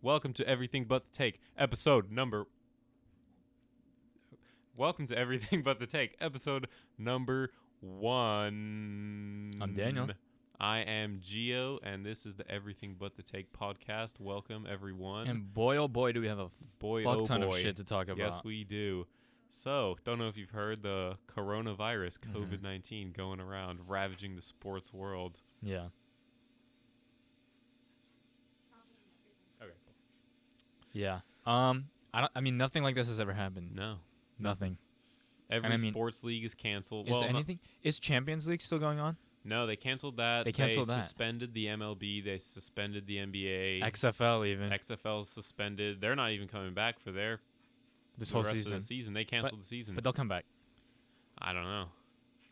Welcome to Everything But the Take, episode number. Welcome to Everything But the Take, episode number one. I'm Daniel. I am Geo, and this is the Everything But the Take podcast. Welcome, everyone. And boy, oh boy, do we have a boy, fuck oh ton boy. of shit to talk about. Yes, we do. So, don't know if you've heard the coronavirus, Mm-hmm. COVID 19, going around ravaging the sports world. yeah. Okay. Yeah. Um, I don't. I mean, nothing like this has ever happened. No. Nothing. Every I mean- sports league is canceled. Is well, there not- anything? Is Champions League still going on? no, they canceled that. They canceled that. suspended the MLB. They suspended the NBA. XFL even XFL's suspended. They're not even coming back for their this the whole rest season. of the season. They canceled the season. But they'll come back. I don't know.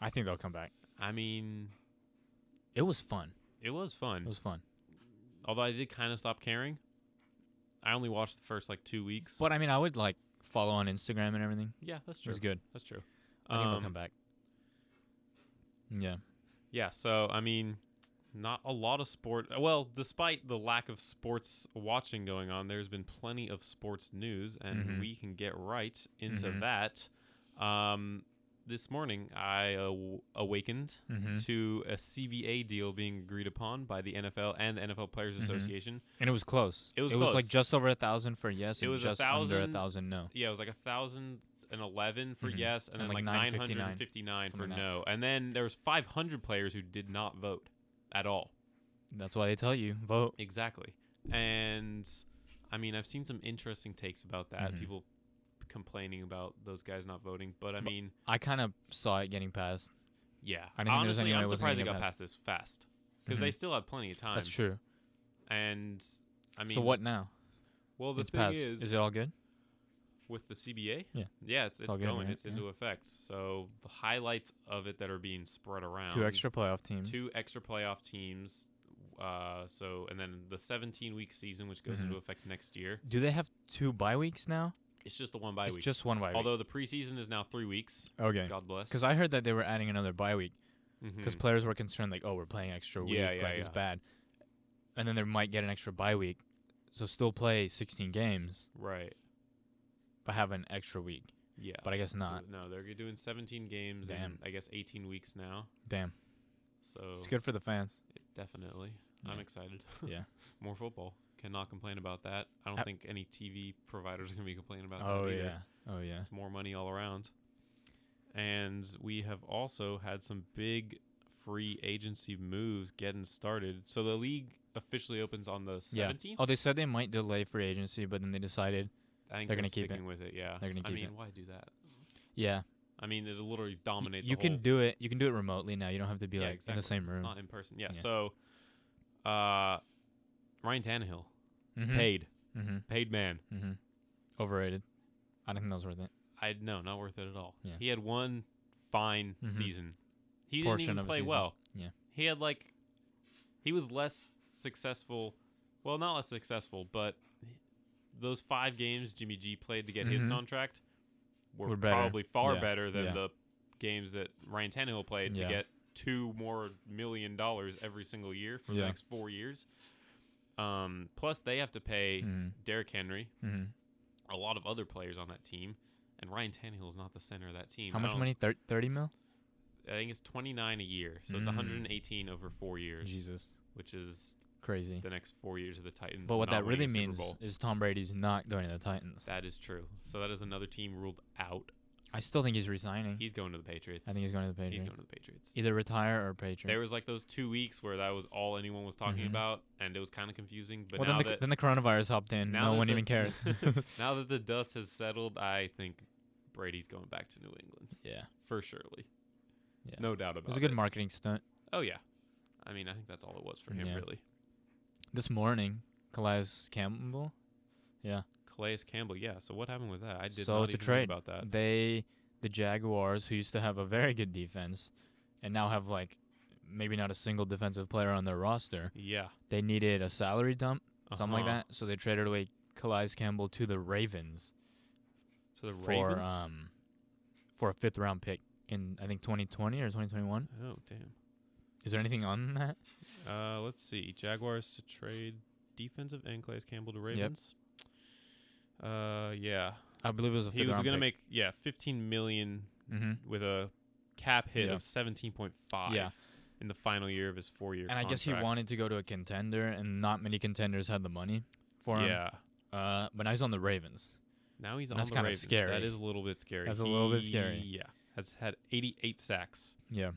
I think they'll come back. I mean, It was fun. it was fun. It was fun. Mm. Although I did kind of stop caring. I only watched the first like two weeks. But I mean, I would like follow on Instagram and everything. yeah, that's It true. was good. That's true. I think they'll Um, come back. Yeah. Yeah, so I mean, not a lot of sport. Well, despite the lack of sports watching going on, there's been plenty of sports news, and Mhm. we can get right into Mhm. that. Um, this morning, I aw- awakened Mm-hmm. to a CBA deal being agreed upon by the NFL and the NFL Players Mhm. Association. And it was close. It was like close. just over a thousand for yes. It and was a just under thousand a thousand no. Yeah, it was like a thousand and eleven for Mhm. yes, and, And then like like, 959, 959 for something like that. no, and then there was 500 players who did not vote at all. That's why they tell you vote. Exactly. And I mean, I've seen some interesting takes about that. Mhm. People complaining about those guys not voting, but I Bu- mean, I kind of saw it getting passed. yeah. I didn't think there was Honestly, any way I'm it wasn't surprised they gonna got get Mm-hmm. past this fast because they still have plenty of time. That's true. And I mean, so what now? Well, the it's thing passed. is, is it all good? with the CBA, Yeah. yeah, it's it's, all good, going, right? it's Yeah. into effect. So the highlights of it that are being spread around, Two extra playoff teams. Um, two extra playoff teams. Uh, so and then the 17 week season, which goes Mhm. into effect next year. Do they have two bye weeks now? It's just the one by it's week. just one bye Although the preseason is now three weeks. week. Okay. God bless. Because I heard that they were adding another bye week because Mhm. players were concerned like, oh, we're playing extra week, Yeah, yeah, like it's yeah. bad, and then they might get an extra bye week, so still play 16 games right, but have an extra week. yeah, But I guess not. no, they're g- doing 17 games and Damn. I guess 18 weeks now. Damn, So it's good for the fans. definitely, I'm Yeah. excited. Yeah. more football. Cannot complain about that. I don't Uh, think any TV providers are gonna be complaining about Oh that. either. yeah. Oh yeah. it's more money all around. And we have also had some big free agency moves getting started. So the league officially opens on the 17th. Yeah. Oh, they said they might delay free agency, but then they decided, I think They're going gonna to keep it. sticking with it. Yeah, They're gonna I keep mean, it. why do that? yeah, I mean, it'll literally y- dominate. you the can whole, do it. You can do it remotely now. You don't have to be Yeah, like in the exactly. same It's room. not in person. Yeah. Yeah. So, uh, Ryan Tannehill Mm-hmm. paid, Mm-hmm. paid man. Mm-hmm. Overrated. I don't think that was worth it. I no, not worth it at all. Yeah. He had one fine Mhm. season. He Portion didn't even of a play season. well. Yeah. He had like, he was less successful. Well, not less successful, but those five games Jimmy G played to get his Mhm. contract were, Were better. probably far Yeah. better than Yeah. the games that Ryan Tannehill played Yeah. to get two more million dollars every single year for the Yeah. next four years. Um, plus, they have to pay Mm-hmm. Derrick Henry, Mm-hmm. a lot of other players on that team, and Ryan Tannehill is not the center of that team. How I much don't- money? Thir- Thirty mil. I think it's 29 a year, so it's Mm. 118 over four years, Jesus, which is crazy. the next four years of the Titans. But what not that really winning a Super Bowl. means is Tom Brady's not going to the Titans. that is true. So that is another team ruled out. I still think he's resigning. He's going to the Patriots. Mm. I think he's going to the He's Patriots. going to the Patriots. Either retire or Patriots. There was like those two weeks where that was all anyone was talking Mhm. about, and it was kind of confusing. But well, now then the, that then the coronavirus hopped in. now No that one the- even cares. now that the dust has settled, I think Brady's going back to New England yeah, for surely. Yeah. No doubt about it was a good it. marketing stunt. Oh yeah, I mean I think that's all it was for him Yeah. really. This morning, Calais Campbell. Calais Campbell, yeah. So what happened with that? I did So not it's a even hear trade. about that. they the Jaguars who used to have a very good defense and now have like maybe not a single defensive player on their roster. Yeah. They needed a salary dump, something like Uh-huh. that, so they traded away Calais Campbell to the Ravens So the for Ravens. um for a fifth round pick in I think 2020 or 2021. oh damn. Is there anything on that? Uh, let's see. Jaguars to trade defensive end Clay's Campbell to Ravens. Uh, yeah, I believe it was a he was gonna make yeah 15 million hmm with a cap hit Yeah. of 17.5 Yeah. in the final year of his four year. And I guess he wanted to go to a contender, and not many contenders had the money for him. Yeah. Uh, but now he's on the Ravens. Now he's on That's the kinda Ravens. That scary. is a little bit scary. That's a little bit scary. He, Yeah, has had 88 sacks Yeah.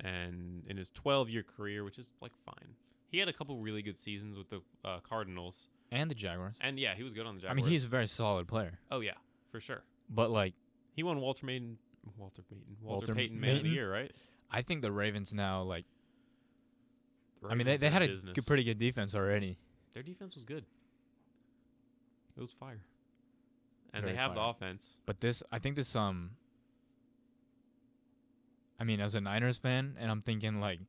and in his 12 year career, which is like fine. He had a couple really good seasons with the uh, Cardinals, And the Jaguars. and yeah, he was good on the I Jaguars. mean, he's a very solid player. oh yeah, for sure. But like, He won Walter Maiden, Walter Maiden, Walter, Walter Payton Man of the Maiden? Year, right? I think the Ravens now, like, I mean, they, Ravens they are had a business. good, pretty good defense already. Their defense was good. It was fire, and Very they have the fire. offense. But this, I think this, um, I mean, as a Niners fan, and I'm thinking like,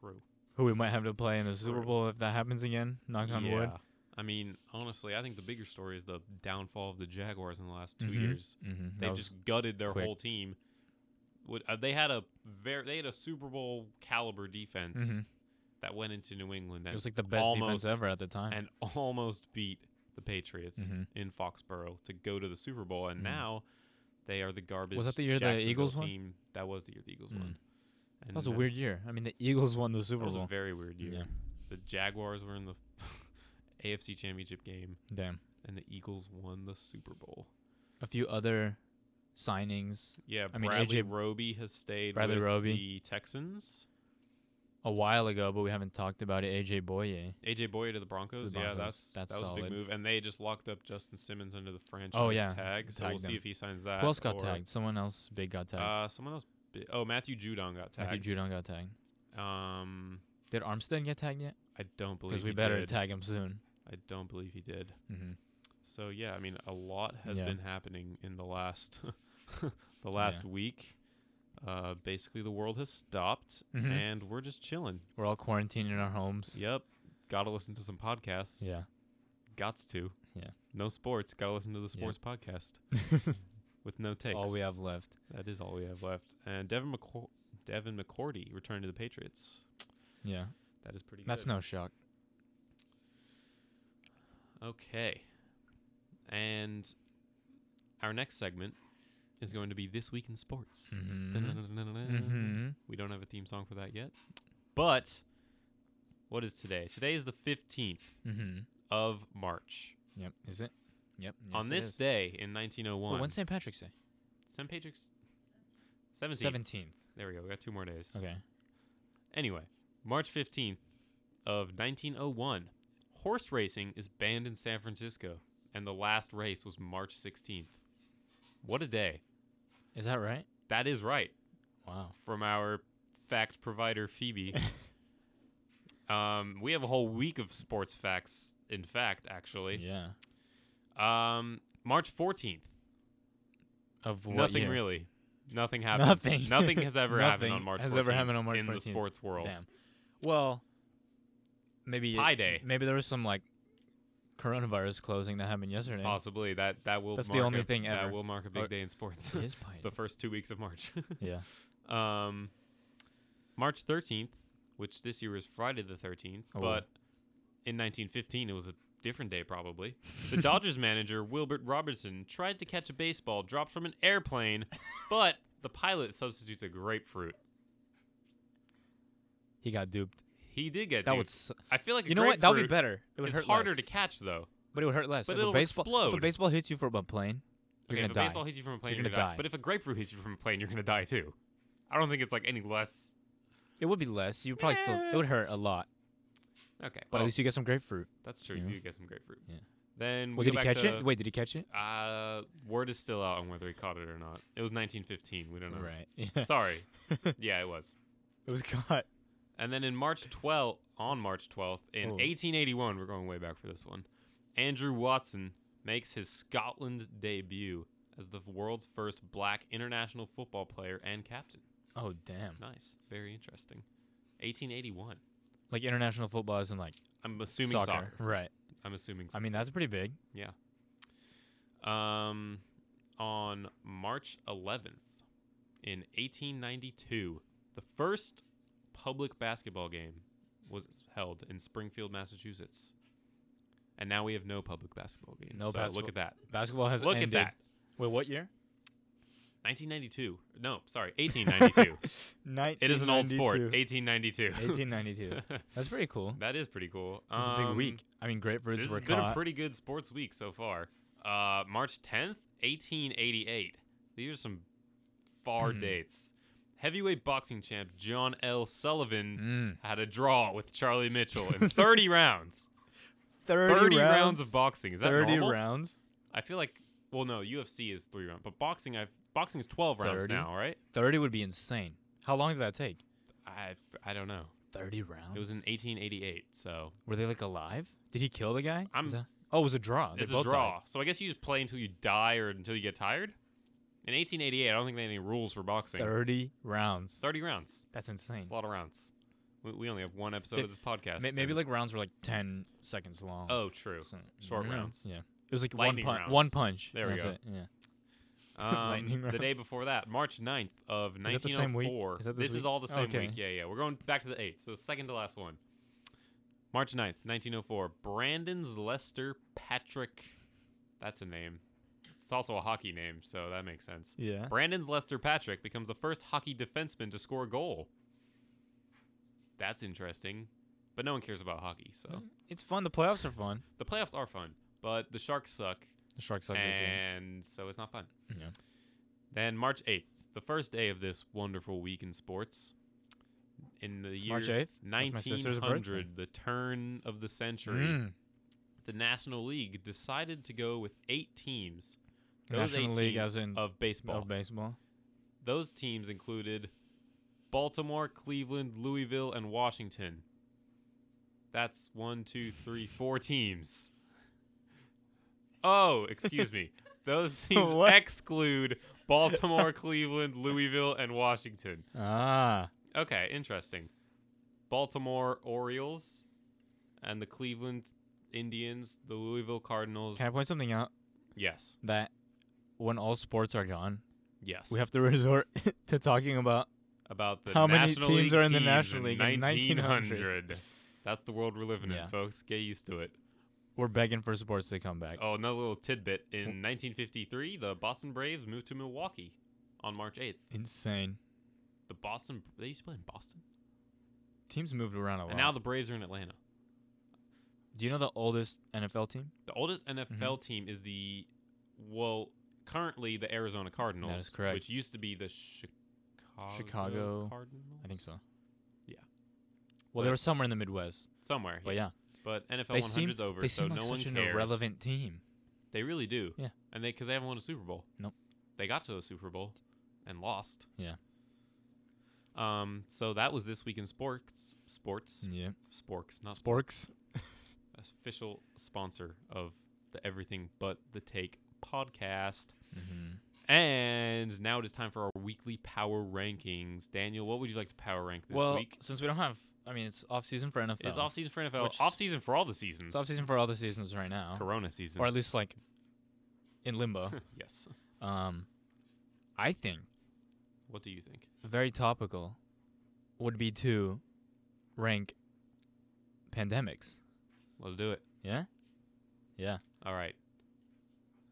True. who we might have to play in the Super True. Bowl if that happens again. Knock on wood. I mean, honestly, I think the bigger story is the downfall of the Jaguars in the last 2 Mhm. years. Mm-hmm. They just gutted their quick. whole team. Would- uh, They had a very they had a Super Bowl caliber defense that went into New England. That Mm-hmm. It was like the best almost- defense ever at the time. and almost beat the Patriots Mhm. in Foxborough to go to the Super Bowl, and Mhm. now they are the garbage. the year the Jacksonville Eagles won? team that was the year the Eagles Mm. won. And that was a now- weird year. I mean, the Eagles won the That Super was a Bowl. very weird year. Yeah. The Jaguars were in the AFC Championship game, Damn. and the Eagles won the Super Bowl. A few other signings. Yeah, I mean, Bradley AJ Roby has stayed Bradley with Roby. the Texans. a while ago, but we haven't talked about it. AJ Boye. AJ Boye to the Broncos. Yeah, Broncos. that's, That's that was a big solid. Oh, move. And they just locked up Justin Simmons under the franchise yeah, tag. So tagged we'll see him. if he signs that. Who else got or- tagged? Someone else big got tagged. Uh, someone else. bi- Oh, Matthew Judon got tagged. Matthew Judon got tagged. Um, Did Armstead get tagged yet? I don't believe Because we he better did. tag him soon. I don't believe he did. hmm So yeah, I mean, a lot has Yeah. been happening in the last the last week. Uh, basically, the world has stopped, Mhm. and we're just chilling. We're all quarantined in our homes. Yep. Got to listen to some podcasts. Yeah. Gots to. Yeah. No sports. Got to listen to the Yeah. sports podcast with no That's takes. all we have left. That is all we have left. And Devin McCour- Devin McCourty returned to the Patriots. Yeah. That is pretty. That's good. no shock. Okay. And our next segment is going to be this week in sports. Mm-hmm. Dun-dun-dun-dun-dun. hmm We don't have a theme song for that yet, but what is today? Today is the fifteenth hmm of March. Yep. Is it? Yep. On this day. day in 1901, when's St. Patrick's Day? St. Patrick's 17th. 17th. There we go. We got two more days. Okay. Anyway, March 15th of 1901, horse racing is banned in San Francisco, and the last race was March 16th. What a day. Is that right? That is right Wow. from our fact provider, Phoebe. um, we have a whole week of sports facts, in fact, actually. Yeah. Um, March 14th, Of what nothing year? really. Nothing happens. Nothing. has ever happened on Nothing March 14th has ever happened on March in the 14th. sports world. Damn. Well, maybe Pi Day. Maybe there was some like coronavirus closing that happened yesterday. Possibly that that will. That's the mark only a, thing ever. That will mark a Or- big day in sports. It is Pi the Day. first two weeks of March. yeah. um, March 13th, which this year is Friday the 13th, Oh. but in 1915 it was a different day probably. The Dodgers manager Wilbert Robertson tried to catch a baseball dropped from an airplane, but the pilot substitutes a grapefruit. He got duped. He did get That duped. would. s I feel like a you know what? That would be grapefruit better. It would is hurt harder less. to catch though. But it would hurt less. but if it'll a baseball, If explode. a baseball hits you from a plane, you're okay, if gonna a die. baseball hits you from a plane, You're you're gonna gonna die. die. But if a grapefruit hits you from a plane, you're gonna die too. I don't think it's like any less. it would be less. You probably still. It would hurt a lot. Okay, But well, at least you get some grapefruit. that's true. you know? You do get some grapefruit. Yeah. Then we Well, did go he back catch to, it? Wait, did he catch it? Uh, word is still out on whether he caught it or not. It was 1915. We don't know. Right. Yeah. Sorry. yeah, it was. It was caught. And then in March 12, on March 12th, in Oh. 1881, we're going way back for this one. Andrew Watson makes his Scotland debut as the world's first black international football player and captain. Oh damn! Nice. Very interesting. 1881. Like international football isn't like I'm assuming soccer. soccer. right? I'm assuming I mean that's pretty big. Um, on March 11th, in 1892, the first public basketball game was held in Springfield, Massachusetts. and now we have no public basketball games. No so Look basketball- at that. Basketball has Look ended. at that. Wait, what year? 1992. No, sorry, 1892. it is an old sport. 1892. 1892. That's pretty cool. that is pretty cool. It was a big Um, week. I mean, grapefruits This were has been a caught. pretty good sports week so far. Uh, March 10th, 1888. These are some far Hmm. dates. Heavyweight boxing champ John L. Sullivan Mm. had a draw with Charlie Mitchell in 30 rounds. 30, 30, rounds. of boxing. Is that 30 normal? rounds. I feel like, well, no, UFC is three rounds, but boxing, I've boxing is 12 rounds 30? now, right? 30 would be insane. How long did that take? I I don't know. 30 rounds. It was in 1888, so Were they like alive? Did he kill the guy? Is I'm- that- Oh, it was a draw. They it's a both draw. died. So I guess you just play until you die or until you get tired. In 1888, I don't think they had any rules for boxing. 30 rounds. 30 rounds. That's insane. It's a lot of rounds. We, we only have one episode Th- of this podcast. May- maybe and- like rounds were like 10 seconds long. Oh, true. So- Short Mhm. rounds. Yeah. It was like Lightning one, punch. rounds. one punch. There we That's go. it, Yeah. Um, Lightning the day rounds. before that, March 9th of Is that the same week? 1904. Is that this this is week? all the same Okay. week. Yeah, yeah. We're going back to the 8th. So second to last one. March 9th, 1904. Brandon's Lester Patrick. That's a name. It's also a hockey name, so that makes sense. Yeah. Brandon's Lester Patrick becomes the first hockey defenseman to score a goal. That's interesting, but no one cares about hockey, so It's fun. The playoffs are fun. the playoffs are fun, but the Sharks suck, The Sharks suck this year. and so it's not fun. Yeah. Then March 8th, the first day of this wonderful week in sports. In the year March 8th? That's my sister's birthday. 1900, the turn of the century, Mm. the National League decided to go with eight teams Those National 18 League as in of baseball. of baseball. Those teams included Baltimore, Cleveland, Louisville, and Washington. That's one, two, three, four teams. Oh, excuse me. Those teams What? exclude Baltimore, Cleveland, Louisville, and Washington. Ah. Okay, interesting. Baltimore Orioles and the Cleveland Indians, the Louisville Cardinals. Can I point something out? yes. That when all sports are gone, Yes. we have to resort to talking about about the How many National teams League are in the teams National in League in 1900. That's the world we're living Yeah. in, folks. Get used to it. we're begging for sports to come back. Oh, another little tidbit. In 1953, the Boston Braves moved to Milwaukee on March 8th. Insane. The Boston they used to play in Boston, Teams moved around a lot. and now the Braves are in Atlanta. Do you know the oldest NFL team? The oldest NFL Mm-hmm. team is the well, currently the Arizona Cardinals, correct. which used to be the Chicago, Chicago- Cardinals. I think so. Yeah. Well, But- they were somewhere in the Midwest, somewhere. but yeah, But NFL they 100's seem over, they so seem no like one such an cares. irrelevant team. They really do. Yeah. And they because they haven't won a Super Bowl. Nope. They got to a Super Bowl and lost. Yeah. Um. So that was this week in sports. Sports. Yeah, Sporks. Not sports. official sponsor of the Everything But the Take podcast. hmm And now it is time for our weekly power rankings. Daniel, what would you like to power rank this Well, week? since we don't have, I mean, it's off season for NFL. It's off season for NFL. Which- Off season for all the seasons. It's off season for all the seasons right now, Corona season. or at least like in limbo. yes. um, I think What do you think? very topical would be to rank pandemics. Let's do it. Yeah, yeah. All right.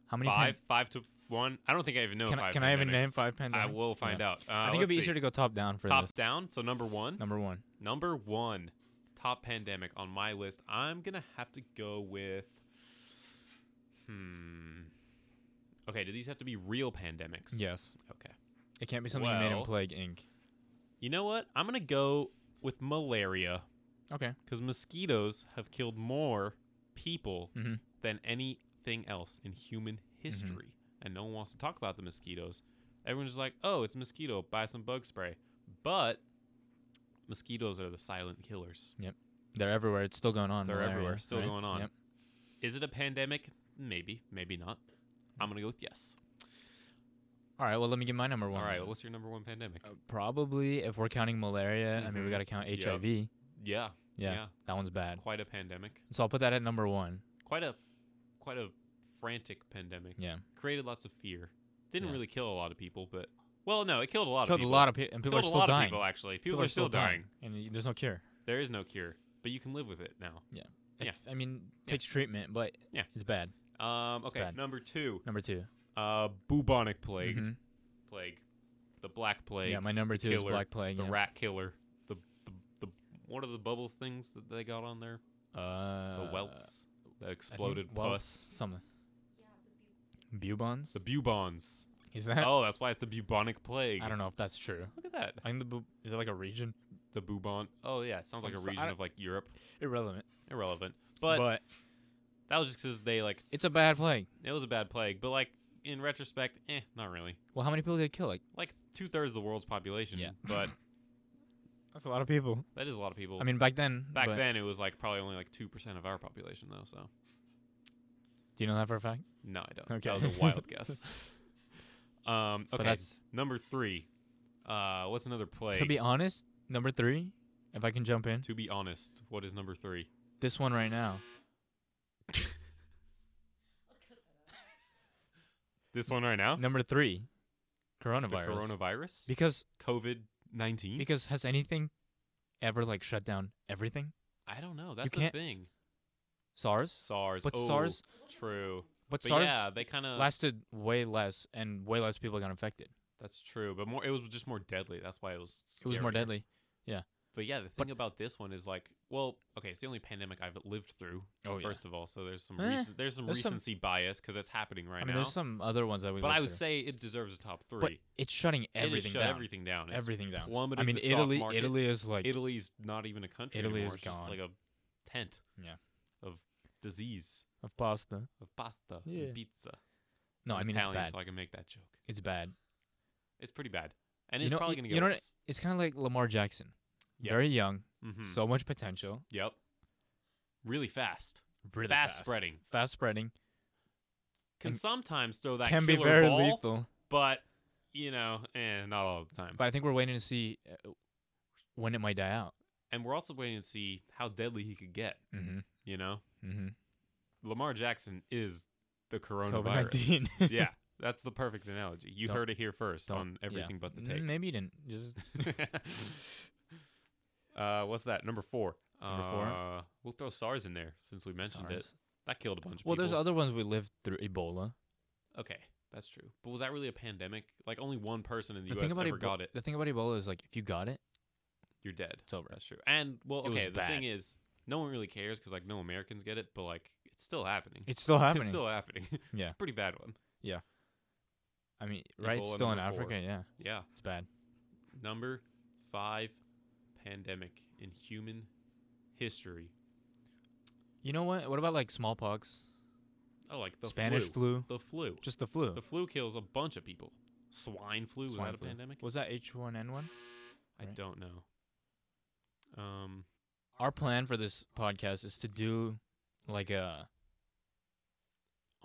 How many? Five. pan- five to one. I don't think I even know. can I, five can I even pandemics. name five pandemics? I will find out. Uh, I think it'd be let's see. easier to go top down for top this. down. So number one, Number one. number one, top pandemic on my list. I'm gonna have to go with. Hmm. Okay. Do these have to be real pandemics? Yes. Okay. It can't be something you made in Well- Plague Inc. You know what? I'm gonna go with malaria Okay. because mosquitoes have killed more people Mm-hmm. than anything else in human history, and no one wants to talk about the mosquitoes. Everyone's just like, "Oh, it's a mosquito. Buy some bug spray." But mosquitoes are the silent killers. They're everywhere. It's still going on. They're malaria, everywhere, still right? going on. Yep. Is it a pandemic? Maybe, maybe not. I'm gonna go with yes. All right. Well, let me get my number one. All right, then. what's your number one pandemic? Uh, probably if we're counting malaria, I mean, we Mhm. got to count Yep. HIV. yeah, Yeah, yeah, That one's bad. quite a pandemic, So I'll put that at number one. quite a, quite a frantic pandemic. Yeah. Created lots of fear. Didn't Yeah. really kill a lot of people, but well, no, it killed a lot Killed of people. a lot of people, and people Killed are a still lot dying. of people actually. People, are, still dying. and y- there's no cure. There is no cure, but you can live with it now. Yeah. If, Yeah. I mean, takes treatment, but Yeah. it's bad. Um, okay, bad. number two, Number 2 uh, bubonic plague, Mhm. plague, the black plague, Yeah, my number two killer, is Black Plague. the yeah. rat killer, the, the the what are the bubbles things that they got on there? The uh, welts that I think exploded welts, pus, Something. Bubons? the bubons. Is that? oh, that's why it's the bubonic plague. I don't know if that's true. Look at that, I think the bu- is it like a region? the bubon. Oh yeah, it sounds like a Some- so- I region don't- of like Europe. Irrelevant. Irrelevant, but, but that was just because they like it's a bad plague. it was a bad plague. But like in retrospect, eh, not really. Well, how many people did it kill? Like Like two thirds of the world's population. Yeah. but that's a lot of people. that is a lot of people. I mean, back then. back but- then it was like probably only like two percent of our population though. So Do you know that for a fact? no, I don't. Okay. That was a wild guess. Um, But okay, that's number three. Uh, what's another plague? to be honest. Number three, if I can jump in, To be honest, what is number three? this one right now. This one right now. Number three, the Hmm? coronavirus. coronavirus. Because COVID nineteen. because has anything ever like shut down everything? I don't know. That's the can't- thing. SARS, SARS. but oh, SARS, True. but, But SARS yeah, they kind of. lasted way less, and way less people got infected. That's true, but more. It was just more deadly. That's why it was. It was more scarier. deadly. But yeah, the thing But- about this one is like, well, okay, it's the only pandemic I've lived through. Oh, yeah. first of all, so there's some Eh, recent, there's some there's some- recency bias because it's happening right I mean, now. there's some other ones that we. but I lived would through. say it deserves a top three. but it's shutting It has everything shut down. everything down. It's everything down. plummeted I mean, the stock Italy. market. Italy is like Italy's not even a country Italy anymore. is it's just gone. like a tent. Yeah. Of disease, of pasta. of pasta, Yeah. and pizza. No, I'm I mean it's Italian, bad. so I can make that joke. It's bad. It's pretty bad, and You it's know- probably you- gonna you get know what- worse. It's kind of like Lamar Jackson. Yeah. Very young, hmm so much potential. yep, really fast, Really fast, spreading. Fast spreading Can And sometimes throw that can be killer very ball, lethal. but you know, and not all the time. But I think we're waiting to see uh, when it might die out. and we're also waiting to see how deadly he could get. Mm-hmm. You know, Mm-hmm. Lamar Jackson is the coronavirus. COVID-19. yeah, that's the perfect analogy. You Don't- heard it here 1st don't- on everything but the Mm, tape. Maybe you didn't. Just uh, what's that? Number four. Number four? Uh, we'll throw SARS in there since we mentioned it. SARS. That killed a bunch of Well, people. there's other ones we lived through. Ebola. Okay, that's true. But was that really a pandemic? Like only one person in the, the U.S. thing about ever Ebo- got it. The thing about Ebola is like if you got it, You're dead. it's over. That's true. And well, It was okay. The bad. thing is, no one really cares because like no Americans get it, but like it's still happening. It's still happening. It's still happening. Yeah. it's a pretty bad one. I mean, right? it's Ebola still in number four. Africa. Yeah, Yeah. it's bad. Number five, pandemic in human history. You know what? What about like smallpox, Oh, like the Spanish flu. flu, The flu. just the flu? The flu kills a bunch of people. Swine flu was Swine that a flu. pandemic? Was that H1N1? I right? don't know. Um, Our plan for this podcast is to do like a, a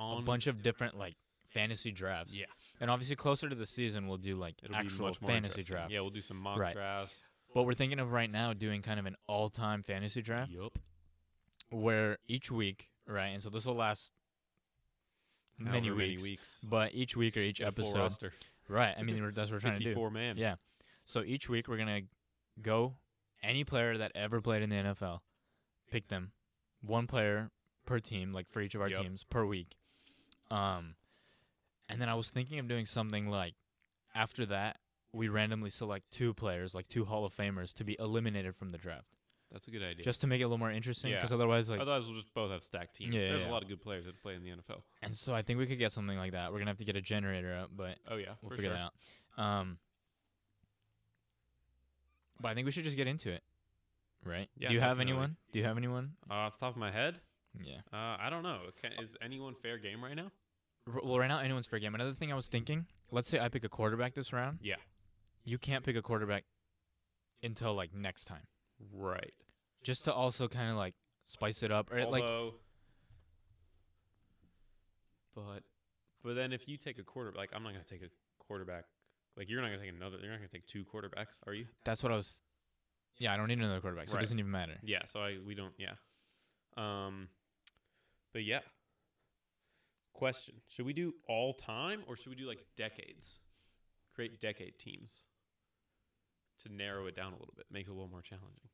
on bunch of different like fantasy drafts. yeah, And obviously closer to the season we'll do like it'll be actual much more fantasy interesting. draft. Yeah, we'll do some mock Right. drafts. What we're thinking of right now doing kind of an all-time fantasy draft Yup. where each week, right? And so this will last many However weeks, Many weeks. But each week or each Got a full episode. roster. Right. I mean we're, that's what we're trying to do. 54 man. Yeah. So each week we're gonna go any player that ever played in the NFL, pick them, one player per team, like for each of our Yep. teams per week. Um, and then I was thinking of doing something like after that we randomly select two players, like two Hall of Famers, to be eliminated from the draft, That's a good idea. just to make it a little more interesting. Yeah. Because otherwise, like, Otherwise, we'll just both have stacked teams. Yeah, There's yeah, a yeah. lot of good players that play in the NFL. and so I think we could get something like that. We're gonna have to get a generator up, but Oh yeah, we'll for figure sure. that out. Um, but I think we should just get into it, right? Yeah, Do you have definitely. anyone? Do you have anyone? Uh, off the top of my head, Yeah. uh, I don't know. Can, is anyone fair game right now? R- well, right now anyone's fair game. Another thing I was thinking: let's say I pick a quarterback this round. Yeah. You can't pick a quarterback until like next time, Right. just to also kind of like spice it up, or like Although, but but then if you take a quarterback, like I'm not gonna take a quarterback. Like you're not gonna take another. You're not gonna take two quarterbacks, are you? that's what I was. Yeah, I don't need another quarterback, so Right. it doesn't even matter. Yeah. So I we don't. Yeah. Um. But yeah. Question: Should we do all time or should we do like decades? Create decade teams to narrow it down a little bit, make it a little more challenging.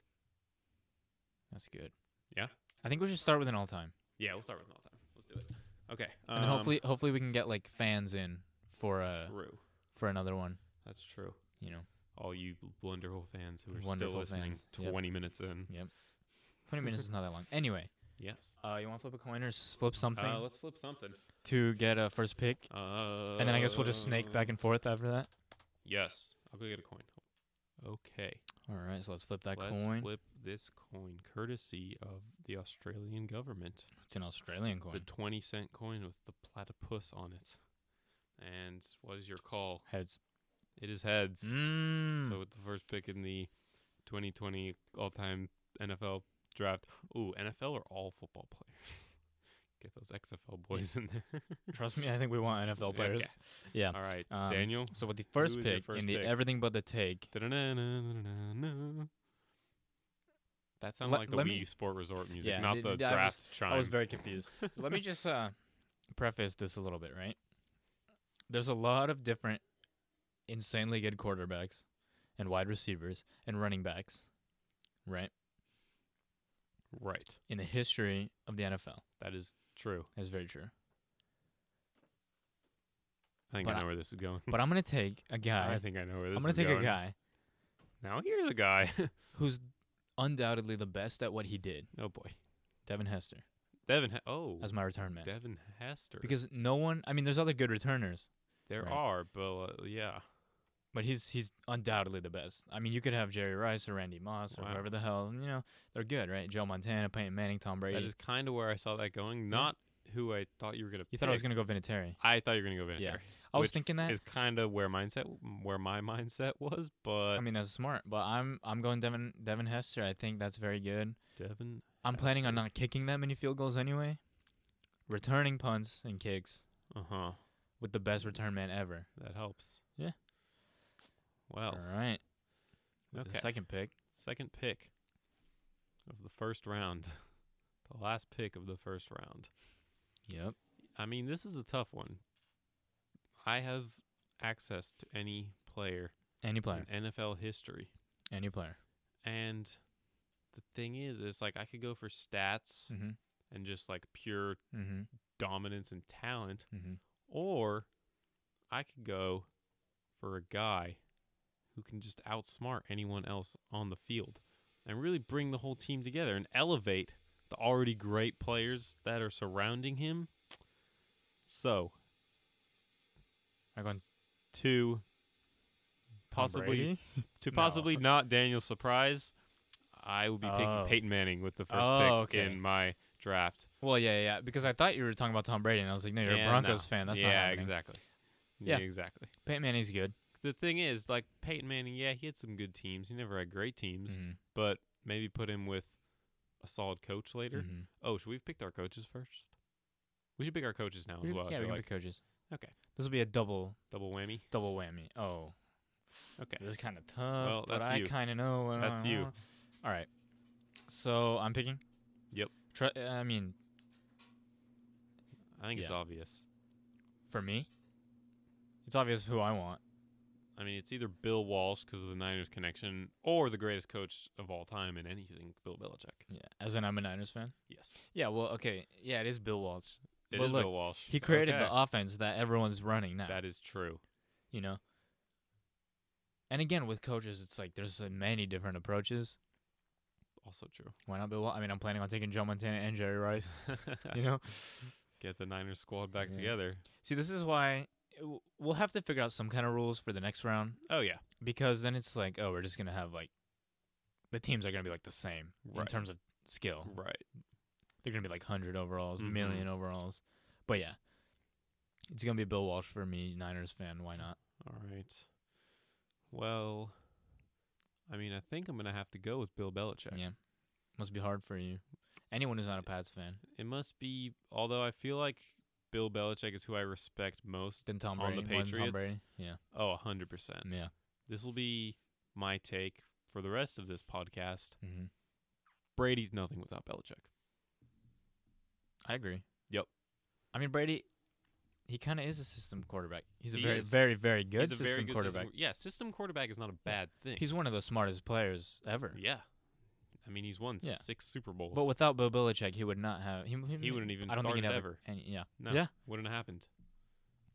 That's good. Yeah? I I think we should start with an all time, Yeah, we'll start with an all time. Let's do it. Okay. and then Um, hopefully, uh, hopefully we can get like fans in for a True. for another one. That's true. You know, All you wonderful fans who are Wonderful still listening fans, yep. 20 minutes in. twenty minutes is not that long. Anyway, Yes. uh, you want to flip a coin or s- flip something Uh, let's flip something. to get a first pick, Uh, and then I guess we'll just snake back and forth after that. Yes. I'll go get a coin. Okay. All right, so let's flip that let's coin. flip this coin courtesy of the Australian government. It's an Australian coin. The 20 cent coin with the platypus on it. And what is your call? Heads. It is heads. Mm. So with the first pick in the 2020 all-time NFL draft. Ooh, NFL are all football players. Get those XFL boys in there. Trust me, I think we want NFL players. Okay. Yeah. All right, Um, Daniel. So with the first is your pick first in the pick? everything but the take, Da-da-na-na-na-na-na. That sounds Let- like the let Wii me- Sport Resort music, Yeah, not d- the d- I was- draft chime. I was very confused. Let me just uh, preface this a little bit, right? There's a lot of different insanely good quarterbacks and wide receivers and running backs, right? right. In the history of the NFL, That is true. that's very true. I think But I I- know where this is going. But I'm gonna take a guy. Hmm. I think I know where this I'm gonna is take going. a guy Now here's a guy. who's undoubtedly the best at what he did, oh boy, Devin Hester, Devin. He- oh, as my return man. Devin Hester. Because no one, I mean, there's other good returners, there right. are, but uh, yeah. but he's he's undoubtedly the best. I mean, you could have Jerry Rice or Randy Moss or Wow. whoever the hell, you know, they're good, right? Joe Montana, Peyton Manning, Tom Brady. That is kind of where I saw that going. Not who I thought you were gonna. you thought I was pick. gonna go Vinatieri. I thought you were gonna go Vinatieri. Yeah. I was Which thinking that. Is kind of where mindset, where my mindset was, but I mean, that's smart, but I'm I'm going Devin Devin Hester. I think that's very good. Devin. I'm planning on Hester. not kicking that many field goals anyway. Returning punts and kicks Uh huh. with the Mm-hmm. best return man ever. That helps. Yeah. Well, All right. With Oh, okay. The second pick. Second pick of the first round, the last pick of the first round. Yep. I mean, this is a tough one. I have access to any player Any player. in NFL history, Any player. and the thing is, is like I could go for stats Mhm. and just like pure Mhm. dominance and talent, Mhm. or I could go for a guy who can just outsmart anyone else on the field and really bring the whole team together and elevate the already great players that are surrounding him. So, I'm going to Tom possibly Brady? to No. possibly not Daniel's surprise, I will be Oh. picking Peyton Manning with the first pick Oh, okay. in my draft. Well, yeah, yeah, yeah, because I thought you were talking about Tom Brady, and I was like, no, you're And a Broncos no. fan. That's yeah, not happening. exactly. Yeah. yeah, exactly. Peyton Manning's good. the thing is, like Peyton Manning, yeah, he had some good teams. He never had great teams, Mhm, but maybe put him with a solid coach later. mhm. Oh, should we have picked our coaches first? We should pick our coaches now We as can- well. I yeah, we feel can like. pick coaches. Okay. This will be a double double whammy. double whammy. Oh, Okay, this is kind of tough. Well, but that's I you. kind of know. What That's I you. want. All right. So I'm picking. Yep. Tr- I mean, I think it's yeah. obvious. for me, it's obvious who I want. I mean, it's either Bill Walsh because of the Niners connection, or the greatest coach of all time in anything, Bill Belichick. Yeah. As in, I'm a Niners fan. Yes, Yeah. Well, okay. Yeah, it is Bill Walsh. it is Well, look, Bill Walsh. He created Okay. the offense that everyone's running now. That is true. you know. And again, with coaches, it's like there's uh, many different approaches. Also true. Why not Bill? Wa- I mean, I'm planning on taking Joe Montana and Jerry Rice. You know, Get the Niners squad back Yeah. together. see, this is why w- we'll have to figure out some kind of rules for the next round Oh yeah, because then it's like, oh, we're just gonna have like the teams are gonna be like the same in Right. terms of skill. right. They're gonna be like hundred overalls, Mhm. million overalls. But yeah, it's gonna be Bill Walsh for me, Niners fan. Why not? All right. Well, I mean, I think I'm going to have to go with Bill Belichick. Yeah, must be hard for you. Anyone who's not a Pats fan, It must be, although I feel like Bill Belichick is who I respect most. then Tom On Brady. the more than Tom Patriots? Brady. Yeah, Oh, a 100%. yeah. This will be my take for the rest of this podcast. Mm-hmm. Brady's nothing without Belichick. I agree. Yep. I mean Brady, he kind of is a system quarterback. He's a He very, is. very, very good He's a system very good quarterback. System, yeah, system quarterback is not a bad thing. He's one of the smartest players ever. yeah. I mean, he's won Yeah. six Super Bowls. But without Bill Belichick, he would not have. He, He wouldn't even I don't started think he'd have a- ever. Any, yeah. no, yeah. wouldn't have happened.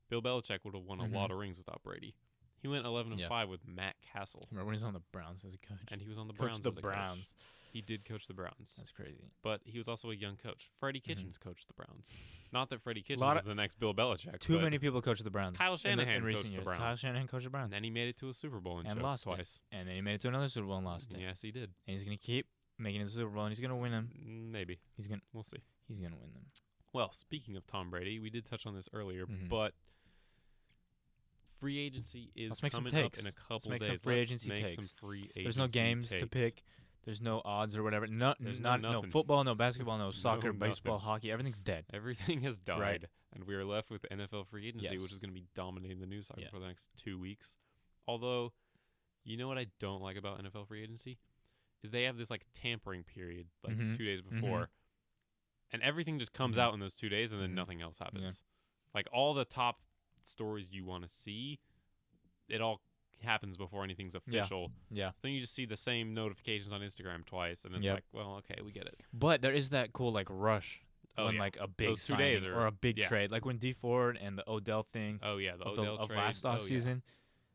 Bill Belichick would have won a Mhm. lot of rings without Brady. He went 11 and Yeah. 5 with Matt Castle, Remember when he was on the Browns as a coach? and he was on the Browns. coached the as a coach. Browns. He did coach the Browns, That's crazy. but he was also a young coach. Freddie Kitchens coached the Browns. Not that Freddie Kitchens Lot is the next Bill Belichick. Too but- many people coached the Browns. Kyle in the- Shanahan in, coached recent the years. Kyle Browns. Shanahan coached the Browns, And then he made it to a Super Bowl and, And choked lost it. twice. and then he made it to another Super Bowl and lost it. Yes, he did. And he's gonna keep making it to the Super Bowl, and he's gonna win them. Maybe He's gonna we'll see. he's gonna win them. Well, speaking of Tom Brady, we did touch on this earlier, Mhm. but free agency is Let's make some coming up in a takes. couple make days. some free Let's agency make takes. some free agency There's no games to takes. pick. There's no odds or whatever. No, There's no not no, nothing. football, no basketball, no No soccer, nothing. baseball, hockey. Everything's dead. Everything has died, Right. and we are left with NFL free agency, Yes. which is going to be dominating the news cycle Yeah. for the next two weeks. Although, you know what I don't like about NFL free agency is they have this like tampering period, like Mhm. two days Mhm. before, and everything just comes Mhm. out in those two days, and then Mhm. nothing else happens. Like all the top stories you want to see, it all happens before anything's official. Yeah. So then you just see the same notifications on Instagram twice, and it's Yep. like, well, okay, we get it. But there is that cool like rush Oh when yeah. like a big Those two days signing are- or a big yeah. trade, like when D Ford and the Odell thing oh yeah, the of, the, Odell of trade. last oh, off yeah. season,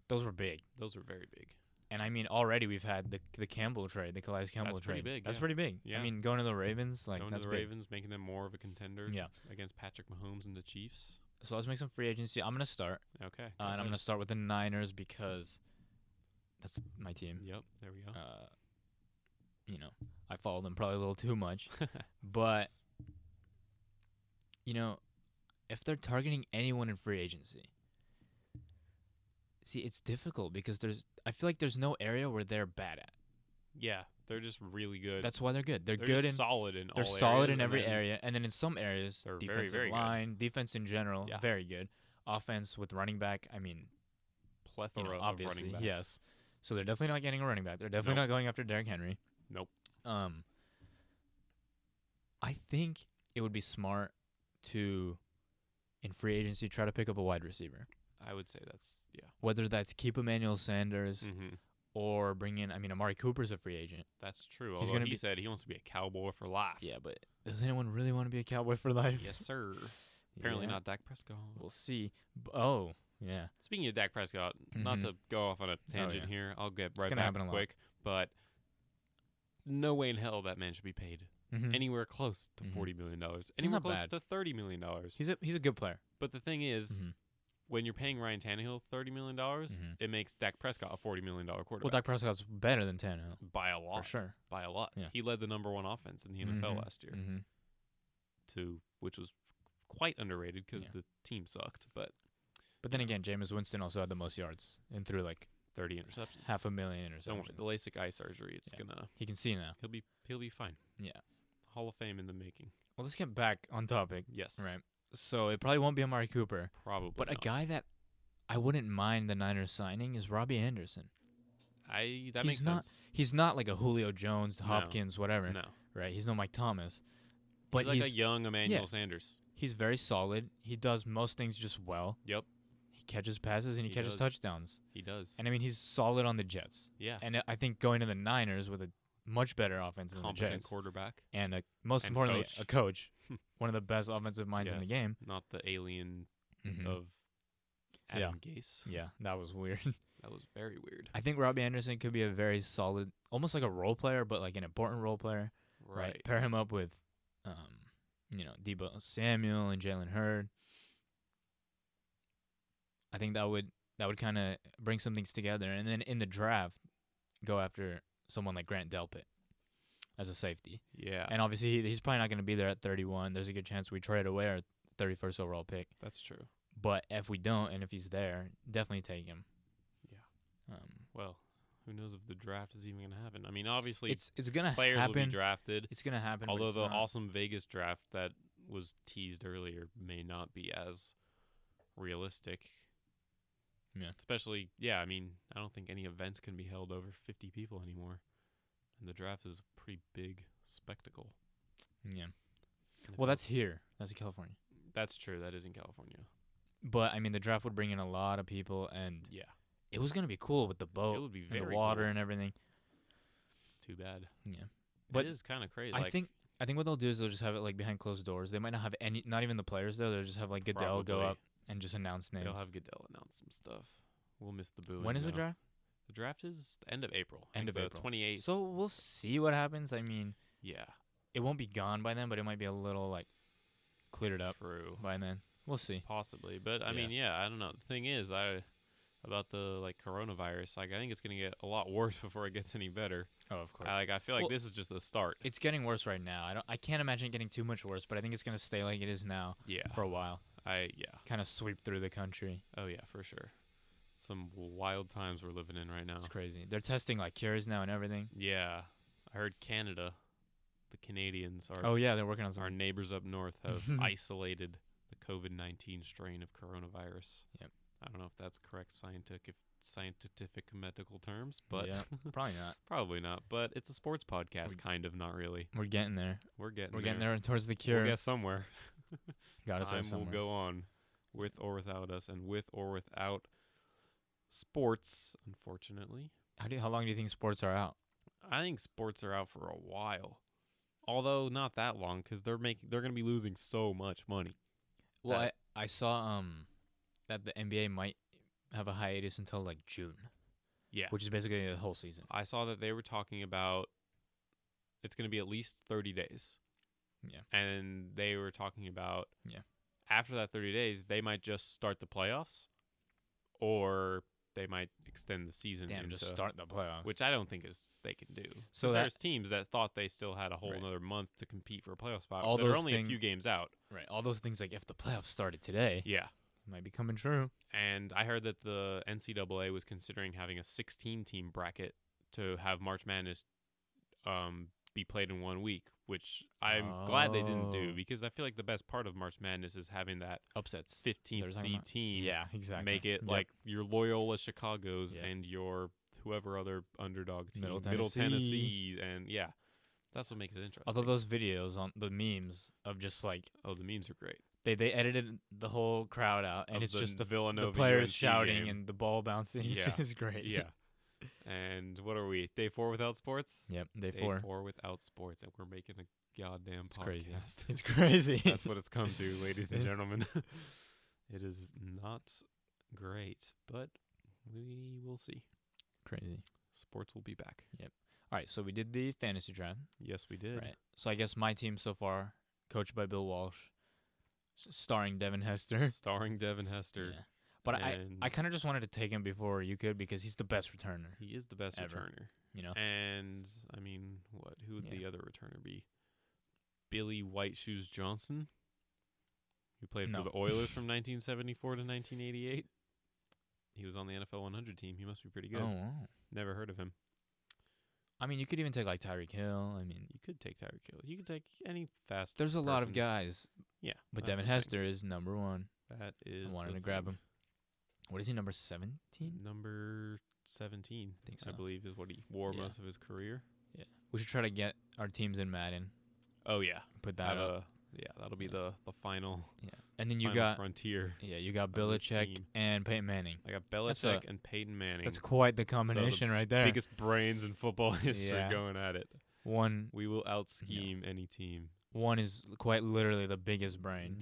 those were big. Those were very big. And I mean, already we've had the the Campbell trade, the Calais Campbell That's pretty trade. big, that's yeah. pretty big. Yeah. I mean, going to the Ravens, like Going to that's the big. Ravens, making them more of a contender Yeah. against Patrick Mahomes and the Chiefs. So let's make some free agency. I'm gonna start, Okay. go uh, and I'm ahead. gonna start with the Niners because that's my team. Yep, there we go. Uh, you know, I follow them probably a little too much, but you know, if they're targeting anyone in free agency, see, it's difficult because there's I feel like there's no area where they're bad at. yeah, they're just really good. That's why they're good. They're, they're good just in solid in They're all solid areas, in and every then- area, and then in some areas, They're very, defensive very good. line, defense in general, Yeah. very good. Offense with running back, I mean, you Plethora know, of obviously, running backs. yes. So they're definitely not getting a running back. They're definitely not going after Derrick Henry. Nope. Um, I think it would be smart to, in free agency, try to pick up a wide receiver. I would say that's yeah. Whether that's keep Emmanuel Sanders hmm or bring in, I mean, Amari Cooper's a free agent. That's true. He's Although gonna he be- said he wants to be a cowboy for life. Yeah, but does anyone really want to be a Cowboy for life? Yes, sir. Apparently Yeah. not Dak Prescott. We'll see. B- oh, yeah. Speaking of Dak Prescott, not Mhm. to go off on a tangent yeah. here, I'll get right gonna back happen a lot. quick. But no way in hell that man should be paid Mhm. anywhere close to Mhm. forty million dollars. Anywhere not close bad. to thirty million dollars. He's a he's a good player. But the thing is, Mhm. when you're paying Ryan Tannehill thirty million dollars, Mhm. it makes Dak Prescott a forty million dollar Well, quarterback Dak Prescott's better than Tannehill by a for lot. sure. By a lot. Yeah. He led the number one offense in the NFL Mhm. last year, hmm to which was quite underrated because Mm-hmm. Yeah. the team sucked. But But then again, Jameis Winston also had the most yards and threw like thirty interceptions, half a million Don't worry, interceptions. the LASIK eye surgery. It's Yeah. gonna He can see now. he'll be he'll be fine. Yeah. Hall of Fame in the making. Well, let's get back on topic. Yes, Right. So it probably won't be Amari Cooper, Probably, but not. a guy that I wouldn't mind the Niners signing is Robbie Anderson. I that he's makes not- sense. He's not like a Julio Jones, No. Hopkins, whatever. No, Right. He's no Mike Thomas. But he's like he's a young Emmanuel Sanders. he's very solid. He does most things just well. Yep. He catches passes and he, He catches does. touchdowns. He does. And I mean, he's solid on the Jets. yeah, And I think going to the Niners with a much better offense than the competent Jets, quarterback. and a, most and importantly, coach. Hmm. a coach, one of the best offensive minds in the Yes, game. Not the alien Mhm. of Yeah. Adam Gase. Yeah, that was weird. That was very weird. I think Robbie Anderson could be a very solid, almost like a role player, but like an important role player. Right. Pair him up with, um, you know, Debo Samuel and Jalen Hurd. I think that would that would kind of bring some things together, and then in the draft, go after someone like Grant Delpit as a safety. Yeah. And obviously, he, he's probably not going to be there at 31. There's a good chance we trade away our 31st overall pick. that's true. But if we don't, and if he's there, definitely take him. Yeah. Um, Well, who knows if the draft is even going to happen? I mean, obviously, it's it's gonna players will be happen. drafted. It's gonna happen. but Although it's the not- awesome Vegas draft that was teased earlier may not be as realistic. Yeah. Especially, yeah, I mean, I don't think any events can be held over 50 people anymore. And the draft is a pretty big spectacle. yeah. And if Well, you- that's here. That's in California. that's true. That is in California. But I mean, the draft would bring in a lot of people, and Yeah. it was gonna be cool with the boat it would be and very the water cool. and everything. It's too bad. Yeah. But it is kind of crazy. I like, think I think what they'll do is they'll just have it like behind closed doors. They might not have any, not even the players there. They'll just have like Goodell go Probably. up and just announce names. they'll have Goodell announce some stuff. We'll miss the booing. when is the though. draft? The draft is the end of April. End like of the April. Twenty eighth. So we'll see what happens. I mean, Yeah. it won't be gone by then, but it might be a little like cleared up True. by then. We'll see. Possibly, but I Yeah. mean, yeah, I don't know. The thing is, I about the like coronavirus. Like, I think it's gonna get a lot worse before it gets any better. Oh, of course. I, like, I feel like Well- this is just the start. it's getting worse right now. I don't. I can't imagine it getting too much worse, but I think it's gonna stay like it is now Yeah. for a while. I yeah. Kind of sweep through the country. Oh yeah, for sure. Some wild times we're living in right now. It's crazy. They're testing like cures now and everything. Yeah, I heard Canada, the Canadians, our Oh yeah, they're working on our some. neighbors up north have isolated the COVID nineteen strain of coronavirus. Yep. I don't know if that's correct scientific scientific medical terms, but Yeah, Probably not. probably not. But it's a sports podcast, We- kind of, not really. We're getting there. We're getting We're there. getting there towards the We'll cure. get somewhere. Got us Time will somewhere. go on, with or without us, and with or without sports. Unfortunately, How do you, how long do you think sports are out? I think sports are out for a while. Although not that long, because they're making they're gonna be losing so much money. Well, I, That- I saw um that the NBA might have a hiatus until like June, Yeah, which is basically the whole season. I saw that they were talking about it's going to be at least 30 days. Yeah. And they were talking about Yeah. After that 30 days, they might just start the playoffs or they might extend the season Damn, just into- start the playoffs. which I don't think is they can do. So 'Cause that- there's teams that thought they still had a whole Right. another month to compete for a playoff spot. All but they're those only thing- a few games out. right, all those things like if the playoffs started today, Yeah. it might be coming true. And I heard that the NCAA was considering having a 16 team bracket to have March Madness um, be played in one week, which I'm glad they didn't do Oh. because I feel like the best part of March Madness is having that Upsets. 15th talking seed about- team Yeah, exactly. make it Yep. like your Loyola Chicago's Yeah. and your whoever other underdog team, Middle Tennessee, and yeah. That's what makes it interesting. Although those videos on the memes of just like oh, the memes are great. they they edited the whole crowd out and Of it's just the, Villanova the players UNC shouting game. and the ball bouncing. Yeah. It's great. yeah. And what are we? Day four without sports. Yep. Day, Day four. without sports, and we're making a goddamn It's podcast. crazy. It's crazy. That's what it's come to, ladies and Yeah. gentlemen. it is not great, but we will see. crazy. Sports will be back. All right, so we did the fantasy draft. Yes, we did. Right. So I guess my team so far, coached by Bill Walsh, s- starring Devin Hester. Starring Devin Hester. Yeah. But I, I and kind of just wanted to take him before you could because he's the best returner. he is the best Ever. returner. You know, And I mean, what? Who would Yeah. the other returner be? Billy White Shoes Johnson, who played No. for the Oilers from 1974 to 1988. He was on the NFL 100 team. He must be pretty good. oh, wow. Never heard of him. I mean, you could even take like Tyreek Hill. I mean, You could take Tyreek Hill. You could take any fast. there's a lot of person. guys, Yeah, but that's Devin the thing. Hester is number one. That is. I wanted the to grab thing. him. What is he? Number seventeen? Number 17, I, Think so. believe, is what he wore Yeah. most of his career. We should try to get our teams in Madden. Oh yeah, Put that that up. uh, yeah, that'll be Yeah. the the final. Yeah. And then you final got frontier. yeah, you got on this Belichick team. and Peyton Manning. I got That's a- Belichick and Peyton Manning. That's quite the combination right there. biggest brains in football history Yeah. going at it. One We will out scheme any team. one is quite literally the biggest brain,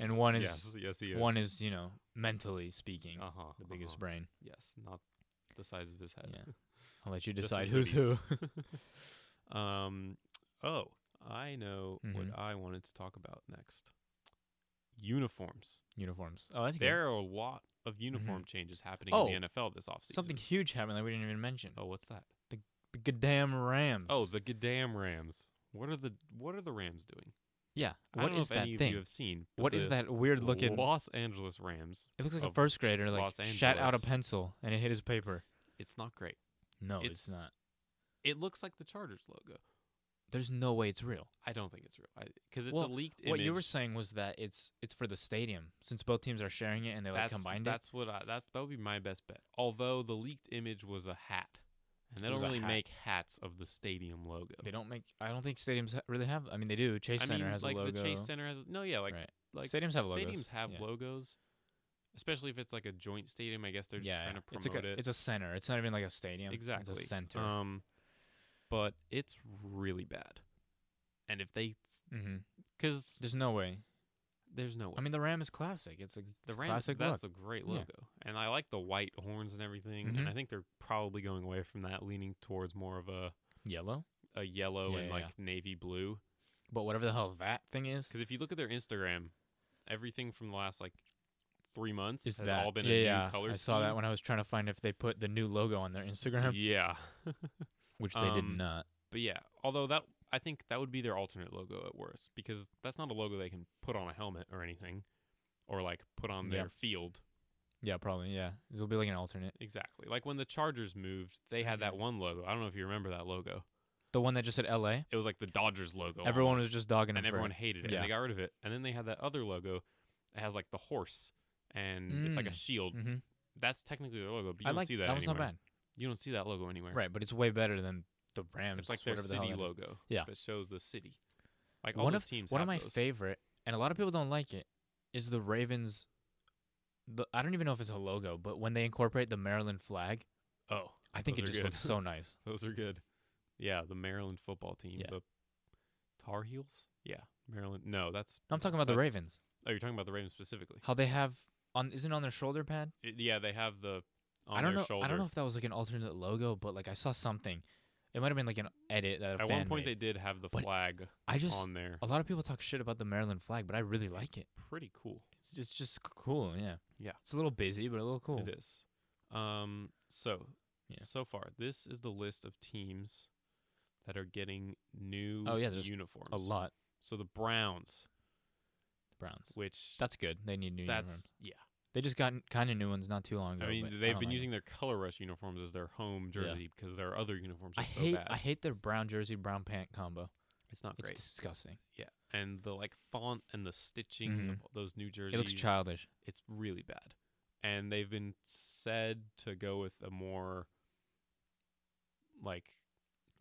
and one is yes, yes, he is. one is you know mentally speaking uh huh the biggest brain. Yes, not the size of his head. Yeah, I'll let you Uh-huh. Just decide his who's who. who. um. Oh, I know Mhm. what I wanted to talk about next. Uniforms. Uniforms. Oh, that's good. Mm-hmm. There are a lot of uniform changes happening Oh, in the NFL this offseason. Something huge happened that we didn't even mention. Oh, what's that? The goddamn Rams. Oh, the goddamn Rams. What are the What are the Rams doing? yeah. I What don't know if is that any of you thing? have seen. but What is the that weird looking? Los Angeles Rams? It looks like a of first grader like Los shat out a Angeles. pencil and it hit his paper. It's not great. No, it's, It's- not. It looks like the Chargers logo. There's no way it's real. I don't think it's real because it's a Well, leaked image. What you were saying was that it's it's for the stadium since both teams are sharing it and they like that's, combined it. that's what I, that's that would be my best bet. Although the leaked image was a hat, and they It don't was a really hat. make hats of the stadium logo. They don't make. I don't think stadiums ha- really have. I mean, they do. Chase I Center mean, has like a logo. the Chase Center has no, yeah, like Right. like Stadiums have logos, stadiums have yeah. logos, especially if it's like a joint stadium. I guess they're just yeah, trying to it's like promote a, it. It's a center. It's not even like a stadium. exactly Uh, It's a center. Um, but it's really bad. And if they, Mm-hmm. because There's no way. there's no way. I mean, the Ram is classic. It's a the it's Rams, classic that's look. a great Yeah. logo, and I like the white horns and everything. Mhm. And I think they're probably going away from that, leaning towards more of a yellow. a yellow Yeah, and yeah, like yeah. navy blue. But whatever the hell that thing is, Because if you look at their Instagram, everything from the last like three months is has that all been yeah, a new yeah. color. I saw that scheme. when I was trying to find if they put the new logo on their Instagram, Yeah, which they did um, not. but yeah. Although that I think that would be their alternate logo at worst, because that's not a logo they can put on a helmet or anything, or like put on Yeah. their field. Yeah, probably. Yeah, it'll be like an alternate. Exactly. Like when the Chargers moved, they had Mm-hmm. that one logo. I don't know if you remember that logo. The one that just said L.A. It was like the Dodgers logo. Everyone was almost. just dogging and him for everyone it. hated it. Yeah. And they got rid of it. And then they had that other logo that has like the horse and it's like a Mm. shield. Mhm. That's technically their logo, but you I don't like see that, one's anywhere. not bad. You don't see that logo anywhere. Right, but it's way better than the Rams. It's like their whatever the hell city that is. logo. Yeah. That shows the city. Like all One those of teams. one of have my those. favorite, and a lot of people don't like it, is the Ravens. The I don't even know if it's a logo, but when they incorporate the Maryland flag, Oh, I think Those it are just good. looks so nice. those are good. Yeah, the Maryland football team. Yeah. The Tar Heels. Yeah, Maryland. No, that's. No, I'm talking about the That's- Ravens. Oh, you're talking about the Ravens specifically. How they have on isn't it on their shoulder pad. I- yeah, they have the on I don't their know. shoulder. I don't know if that was like an alternate logo, but like I saw something. It might have been like an edit that a At fan one point, made. they did have the But flag I just on there. a lot of people talk shit about the Maryland flag, but I really like It's it. Pretty cool. It's just, it's just c- cool, yeah. Yeah. It's a little busy, but a little cool. It is. Um. So, Yeah. so far, this is the list of teams that are getting new Oh, yeah, there's a uniforms. A lot. So the Browns, Browns. which That's good. They need new that's uniforms. yeah. They just got kind of new ones not too long ago. I mean, but they've don't been like using their Color Rush uniforms as their home Yeah. jersey because their other uniforms It. I are so hate. bad. I hate their brown jersey, brown pant combo. it's not It's great. disgusting. yeah, and the like font and the stitching of those new jerseys. Mm-hmm. It looks childish. it's really bad. And they've been said to go with a more like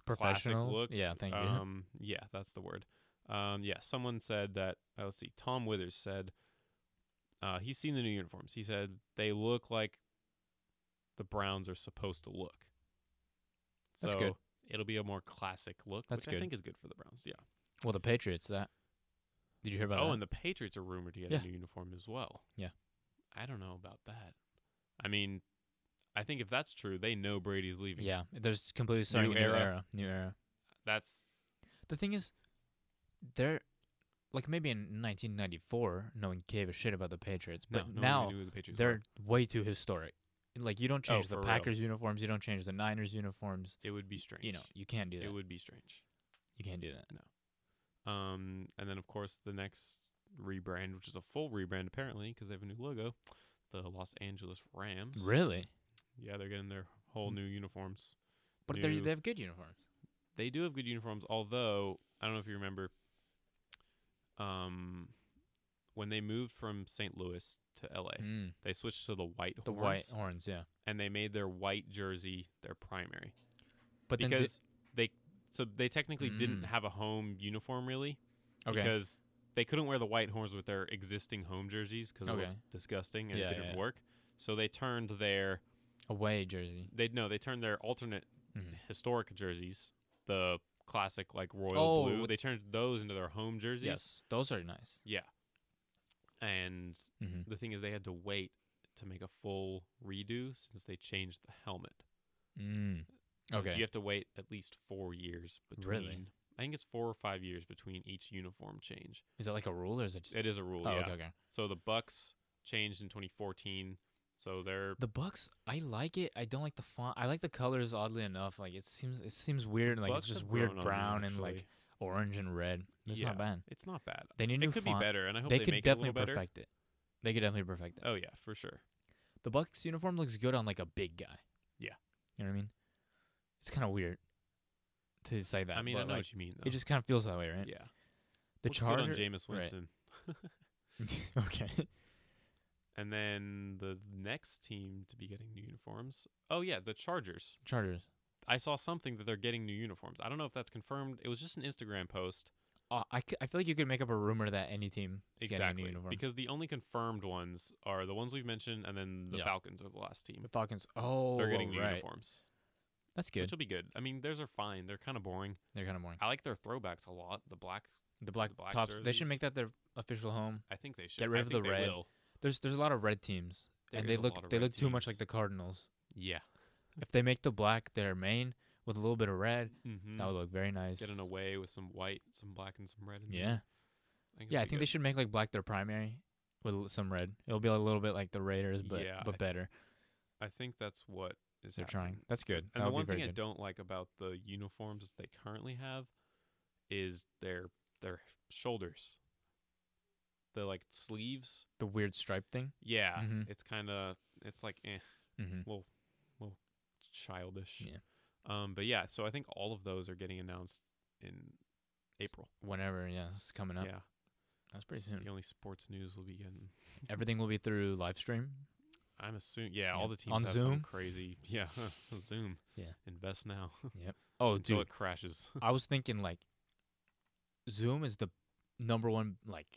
classic Professional look. Yeah, thank you. Um, yeah, that's the word. Um, yeah, someone said that. Uh, let's see. Tom Withers said uh, he's seen the new uniforms. He said they look like the Browns are supposed to look. That's so good. it'll be a more classic look, That's which I good. think is good for the Browns. Yeah. well, the Patriots. That. Did you hear about? oh, that? and the Patriots are rumored to get uh, Yeah. a new uniform as well. Yeah. I don't know about that. I mean, I think if that's true, they know Brady's leaving. yeah, there's completely starting New a new era. era. New era. That's The thing is, they're like maybe in 1994, no one gave a shit about the Patriots, no, but no one now even knew who the Patriots were. they're way too historic. Like you don't Oh, change for the real. Packers uniforms, you don't change the Niners uniforms. It would be strange. You know, you can't do that. it would be strange. you can't do that. Um, and then of course the next rebrand, which is a full rebrand apparently, because they have a new logo, the Los Angeles Rams. Really? Yeah, they're getting their Hmm. whole new uniforms. But they New- they have good uniforms. They do have good uniforms, although I don't know if you remember. Um, when they moved from St. Louis to L.A., Mm, they switched to the white the horns, white horns, yeah. and they made their white jersey their primary But then because they so they technically didn't Mm. have a home uniform really. okay, because they couldn't wear the white horns with their existing home jerseys because it Okay. was disgusting and Yeah, it didn't yeah. work. So they turned their away jersey. they no they turned their alternate Mhm. historic jerseys, the classic like royal Oh, blue. with- They turned those into their home jerseys. Yes, those are nice. Yeah, and hmm the thing is they had to wait to make a full redo since they changed the helmet. Mm. 'Cause Okay, you have to wait at least four years between. Really? I think it's four or five years between each uniform change. is that like a rule or is it just? It is a rule. oh, yeah. okay, okay. So the Bucks changed in 2014. So they're The Bucks, I like it. I don't like the font. I like the colors. Oddly enough, like it seems it seems weird. Like Bucks it's just have weird grown on me, brown and actually. like orange and red. It's Yeah. not bad. it's not bad. They need a new It could font. be better, and I hope They, they, could make it definitely a little better. perfect it. They could definitely perfect it. Oh yeah, for sure. The Bucks uniform looks good on like a big guy. Yeah. you know what I mean. It's kind of weird to say that. I mean, but, I know like, what you mean. Though. it just kind of feels that way, right? yeah. The Looks good Charger. on Jameis right. Winston, okay. and then the next team to be getting new uniforms. Oh yeah, the Chargers. Chargers. I saw something that they're getting new uniforms. I don't know if that's confirmed. It was just an Instagram post. Uh, I, c- I feel like you could make up a rumor that any team is getting a new Exactly, uniform. because the only confirmed ones are the ones we've mentioned, and then the Yeah. Falcons are the last team. the Falcons. Oh, They're getting oh, new right. uniforms. That's good. which will be good. I mean, theirs are fine. They're kind of boring. They're kind of boring. I like their throwbacks a lot. The black, The black, black tops. They jerseys. should make that their official home. I think they should. Get rid I of the think they red. Will. There's there's a lot of red teams, and There they is a lot look of they red look too much teams. like the Cardinals. Yeah. If they make the black their main with a little bit of red, Mm-hmm. that would look very nice. Get an away with some white, some black, and some red. In yeah, There. yeah. I think they should make like black their primary with l- some red. It'll be a little bit like the Raiders, but Yeah, I but better. I think that's what is They're happening. trying. That's good. And that the would one be very thing I good. don't like about the uniforms they currently have is their their shoulders. The like sleeves. the weird stripe thing. Yeah, Mhm. it's kind of it's like eh, Mm-hmm. little little childish. Yeah. Um, but yeah, so I think all of those are getting announced in April. Whenever, yeah, it's coming up. Yeah, That's pretty soon. the only sports news will be getting. Everything will be through live stream. I'm assuming. Yeah, Yeah. all the teams On have some Zoom? crazy. Yeah, Zoom. Yeah. invest now. Oh, until dude, it crashes. I was thinking like Zoom is the number one like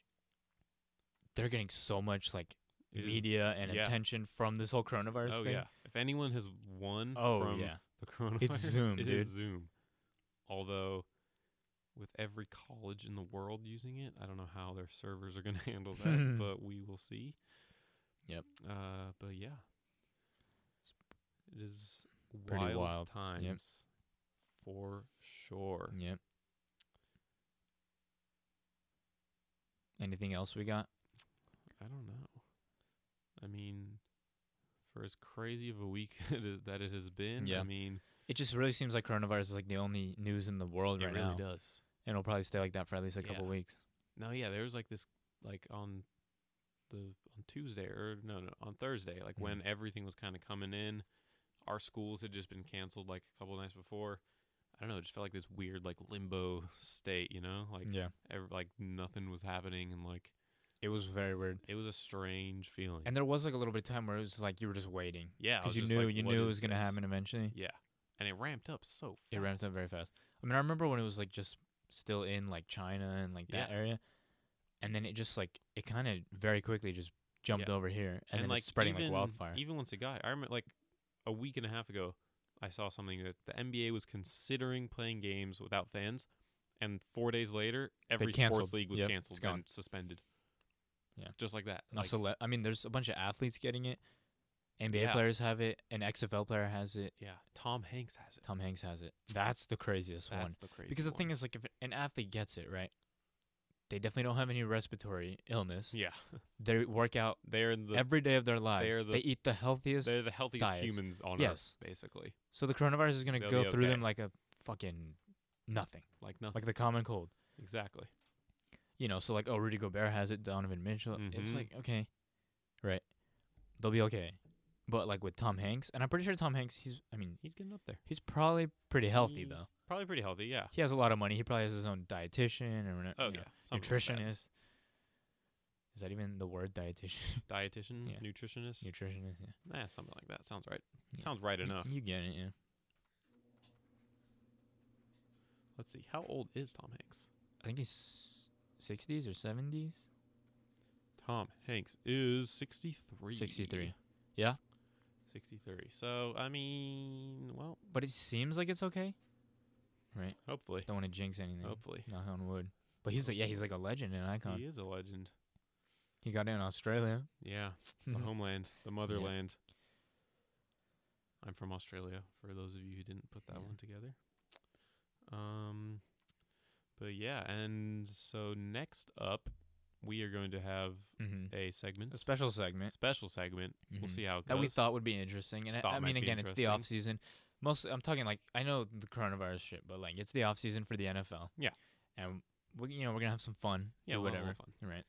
they're getting so much like It is- media and yeah. attention from this whole coronavirus Oh thing. yeah. If anyone has won Oh from yeah. the coronavirus, Zoom, it is dude. Zoom. Although, with every college in the world using it, I don't know how their servers are going to handle that, but we will see. Hmm. Yep. Uh, but yeah, it is Pretty wild, wild. times for sure. Yep. Anything else we got? Mm. I don't know. I mean, for as crazy of a week it is- that it has been, I Yeah. mean, It just really seems like coronavirus is like the only news in the world it right really now, does. and it'll probably stay like that for at least a couple Yeah. weeks. No, yeah, there was like this like on the on Tuesday or no no on Thursday, like Mhm. when everything was kind of coming in. Our schools had just been canceled like a couple nights before. I don't know, it just felt like this weird like limbo state, you know? Like yeah, ev- like nothing was happening and like it was very weird. it was a strange feeling. And there was like a little bit of time where it was like you were just waiting yeah, I because was you just knew like, you "What knew it is was gonna this?" happen eventually. Yeah. And it ramped up so fast. It ramped up very fast. I mean, I remember when it was like just still in like China and like that Yeah. area, and then it just like it kind of very quickly just jumped over here and, then like it's spreading even- like wildfire. Even once it got, I remember like a week and a half ago, I saw something that the NBA was considering playing games without fans, and four days later, every sports canceled. league was Yep, it's canceled gone. and suspended. Yeah. just like that. And also, le- I mean, there's a bunch of athletes getting it. NBA Yeah. players have it. An XFL player has it. yeah, Tom Hanks has it. Tom Hanks has it. That's the craziest That's one. the crazy. Because the thing is, like, if an athlete gets it, right? They definitely don't have any respiratory illness. yeah, They work out they're in the every day of their are lives. the- they eat the healthiest they're the healthiest diets. humans on Yes. earth, basically. So the coronavirus is gonna They'll go be through okay. them like a fucking nothing, Like nothing. like the common cold. exactly. You know, so like, oh, Rudy Gobert has it, Donovan Mitchell. It's Mhm. like okay, right? They'll be okay. But like with Tom Hanks, and I'm pretty sure Tom Hanks, he's, I mean, He's getting up there. he's probably pretty healthy though. He's Probably pretty healthy. Yeah. He has a lot of money. He probably has his own dietitian or Oh yeah. something like that. nutritionist. Is that even the word dietitian? Dietitian. Yeah. Nutritionist. nutritionist. Yeah. nah, Eh, something like that. Sounds right. Yeah. Mm-hmm. Sounds right You- enough. You get it. Yeah. Let's see. How old is Tom Hanks? I think he's 60s or 70s. Tom Hanks is 63. 63. Yeah. 63. So, I mean, well, But it seems like it's okay. hopefully. Don't want to jinx anything. Hopefully. Knock on wood. But he's like, yeah, he's like a legend and icon. He is a legend. He got it in Australia. Yeah. The homeland, the motherland. I'm from Australia, for those of you who didn't put that Yeah. one together. Um, but yeah, and so next up, we are going to have hmm a segment, A special a segment special segment. We'll Mhm. see how it goes. that we thought would be interesting, and I, Thought I might mean, be again, it's the off interesting. season. Mostly, I'm talking like I know the coronavirus shit, but like it's the off season for the NFL. Yeah. and we, you know, we're gonna have some fun. Yeah, do we'll have a whatever. little fun. Right,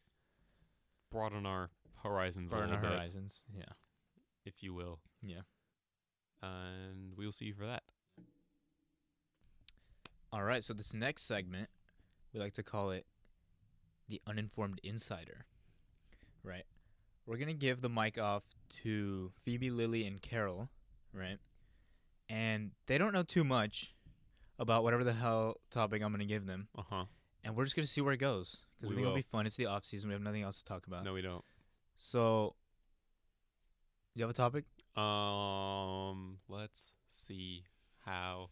broaden our horizons a burn little our bit, horizons. Yeah, if you will. yeah. And we'll see you for that. All right, so this next segment, we like to call it the uninformed insider. Right? We're going to give the mic off to Phoebe, Lily, and Carol, right? And they don't know too much about whatever the hell topic I'm going to give them. Uh huh. And we're just going to see where it goes We because we think it'll will. be fun. It's the off season. We have nothing else to talk about. Uh, No, we don't. So, you have a topic? Um, let's see How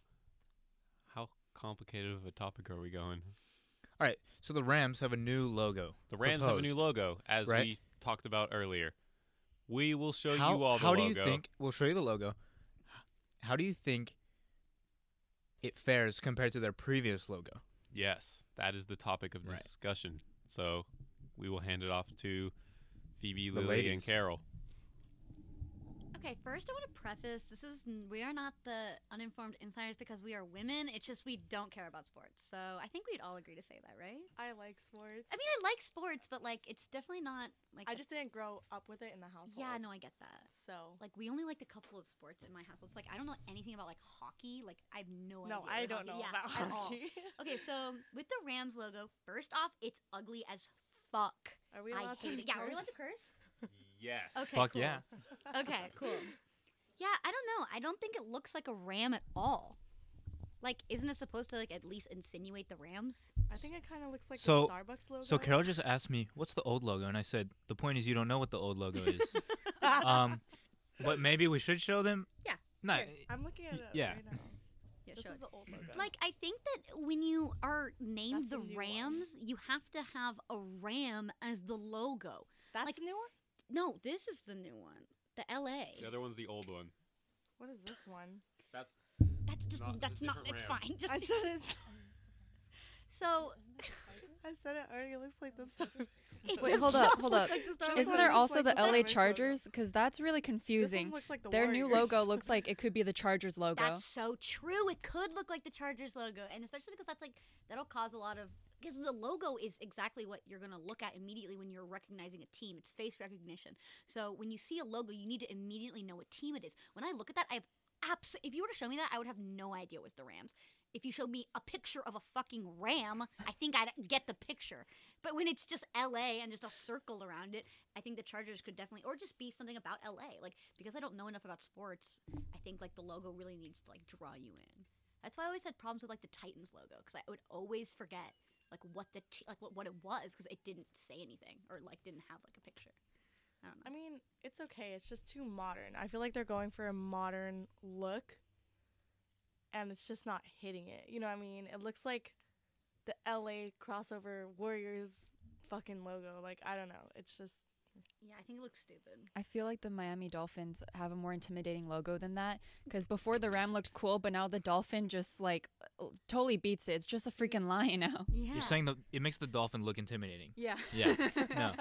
how complicated of a topic are we going? All right. So the Rams have a new logo. The Rams have a new Proposed. logo, as right? we talked about earlier. We will show how, you all the how logo. do you think we'll show you the logo? How do you think it fares compared to their previous logo? Yes, that is the topic of Right. discussion. So we will hand it off to Phoebe, Lily, The and ladies. Carol. Okay, first I want to preface this is n- we are not the uninformed insiders because we are women. It's just we don't care about sports. So I think we'd all agree to say that, right? I like sports. I mean, I like sports, but like it's definitely not like I a- just didn't grow up with it in the household. yeah, no, I get that. So Like we only liked a couple of sports in my household. So, like I don't know anything about like hockey. Like I have no, idea. no, what I hockey- don't know yeah, about at all. hockey. Okay, so with the Rams logo, first off, it's ugly as fuck. Are we I allowed to? hate it. Yeah, are we allowed to curse? curse? Yes. Okay. Fuck cool. yeah. Okay, cool. Yeah, I don't know. I don't think it looks like a ram at all. Like, isn't it supposed to like at least insinuate the Rams? I think it kind of looks like So- the Starbucks logo. So Carol just asked me, "What's the old logo?" And I said, "The point is, you don't know what the old logo is." um, but maybe we should show them. Yeah, No. here. it- I'm looking at Y- it yeah. right now. Yeah, This sure. is the old logo. Like, I think that when you are named That's the the new one. Rams, you have to have a ram as the logo. that's like- a new one. No, this is the new one. The LA. The other one's the old one. What is this one? That's That's just Not- that's it's a not. different It's ram. fine. I Just said it. so. I said it already. It looks like the Starbucks. it Wait, does hold not up, hold look up. like the Starbucks Isn't one there logo. looks also like the the LA Warriors logo. Chargers? Because that's really This one confusing. looks like the Their new Warriors. logo looks like it could be the Chargers logo. That's so true. It could look like the Chargers logo, and especially because that's like that'll cause a lot of because the logo is exactly what you're gonna look at immediately when you're recognizing a team. It's face recognition. So when you see a logo, you need to immediately know what team it is. When I look at that, I have abs. If you were to show me that, I would have no idea it was the Rams. If you showed me a picture of a fucking ram, I think I'd get the picture. But when it's just LA and just a circle around it, I think the Chargers could definitely, or just be something about LA. Like, because I don't know enough about sports, I think like the logo really needs to like draw you in. That's why I always had problems with like the Titans logo because I would always forget like what the t- like what, what it was because it didn't say anything or like didn't have like a picture. I don't know. I mean, it's okay. It's just too modern. I feel like they're going for a modern look, and it's just not hitting it. You know what I mean? It looks like the LA crossover Warriors fucking logo. Like I don't know. It's just Yeah, I think it looks stupid. I feel like the Miami Dolphins have a more intimidating logo than that. Because before the Ram looked cool, but now the Dolphin just like uh, totally beats it. It's just a freaking lion now. Yeah. You're saying that it makes the dolphin look intimidating. Yeah. Yeah. No.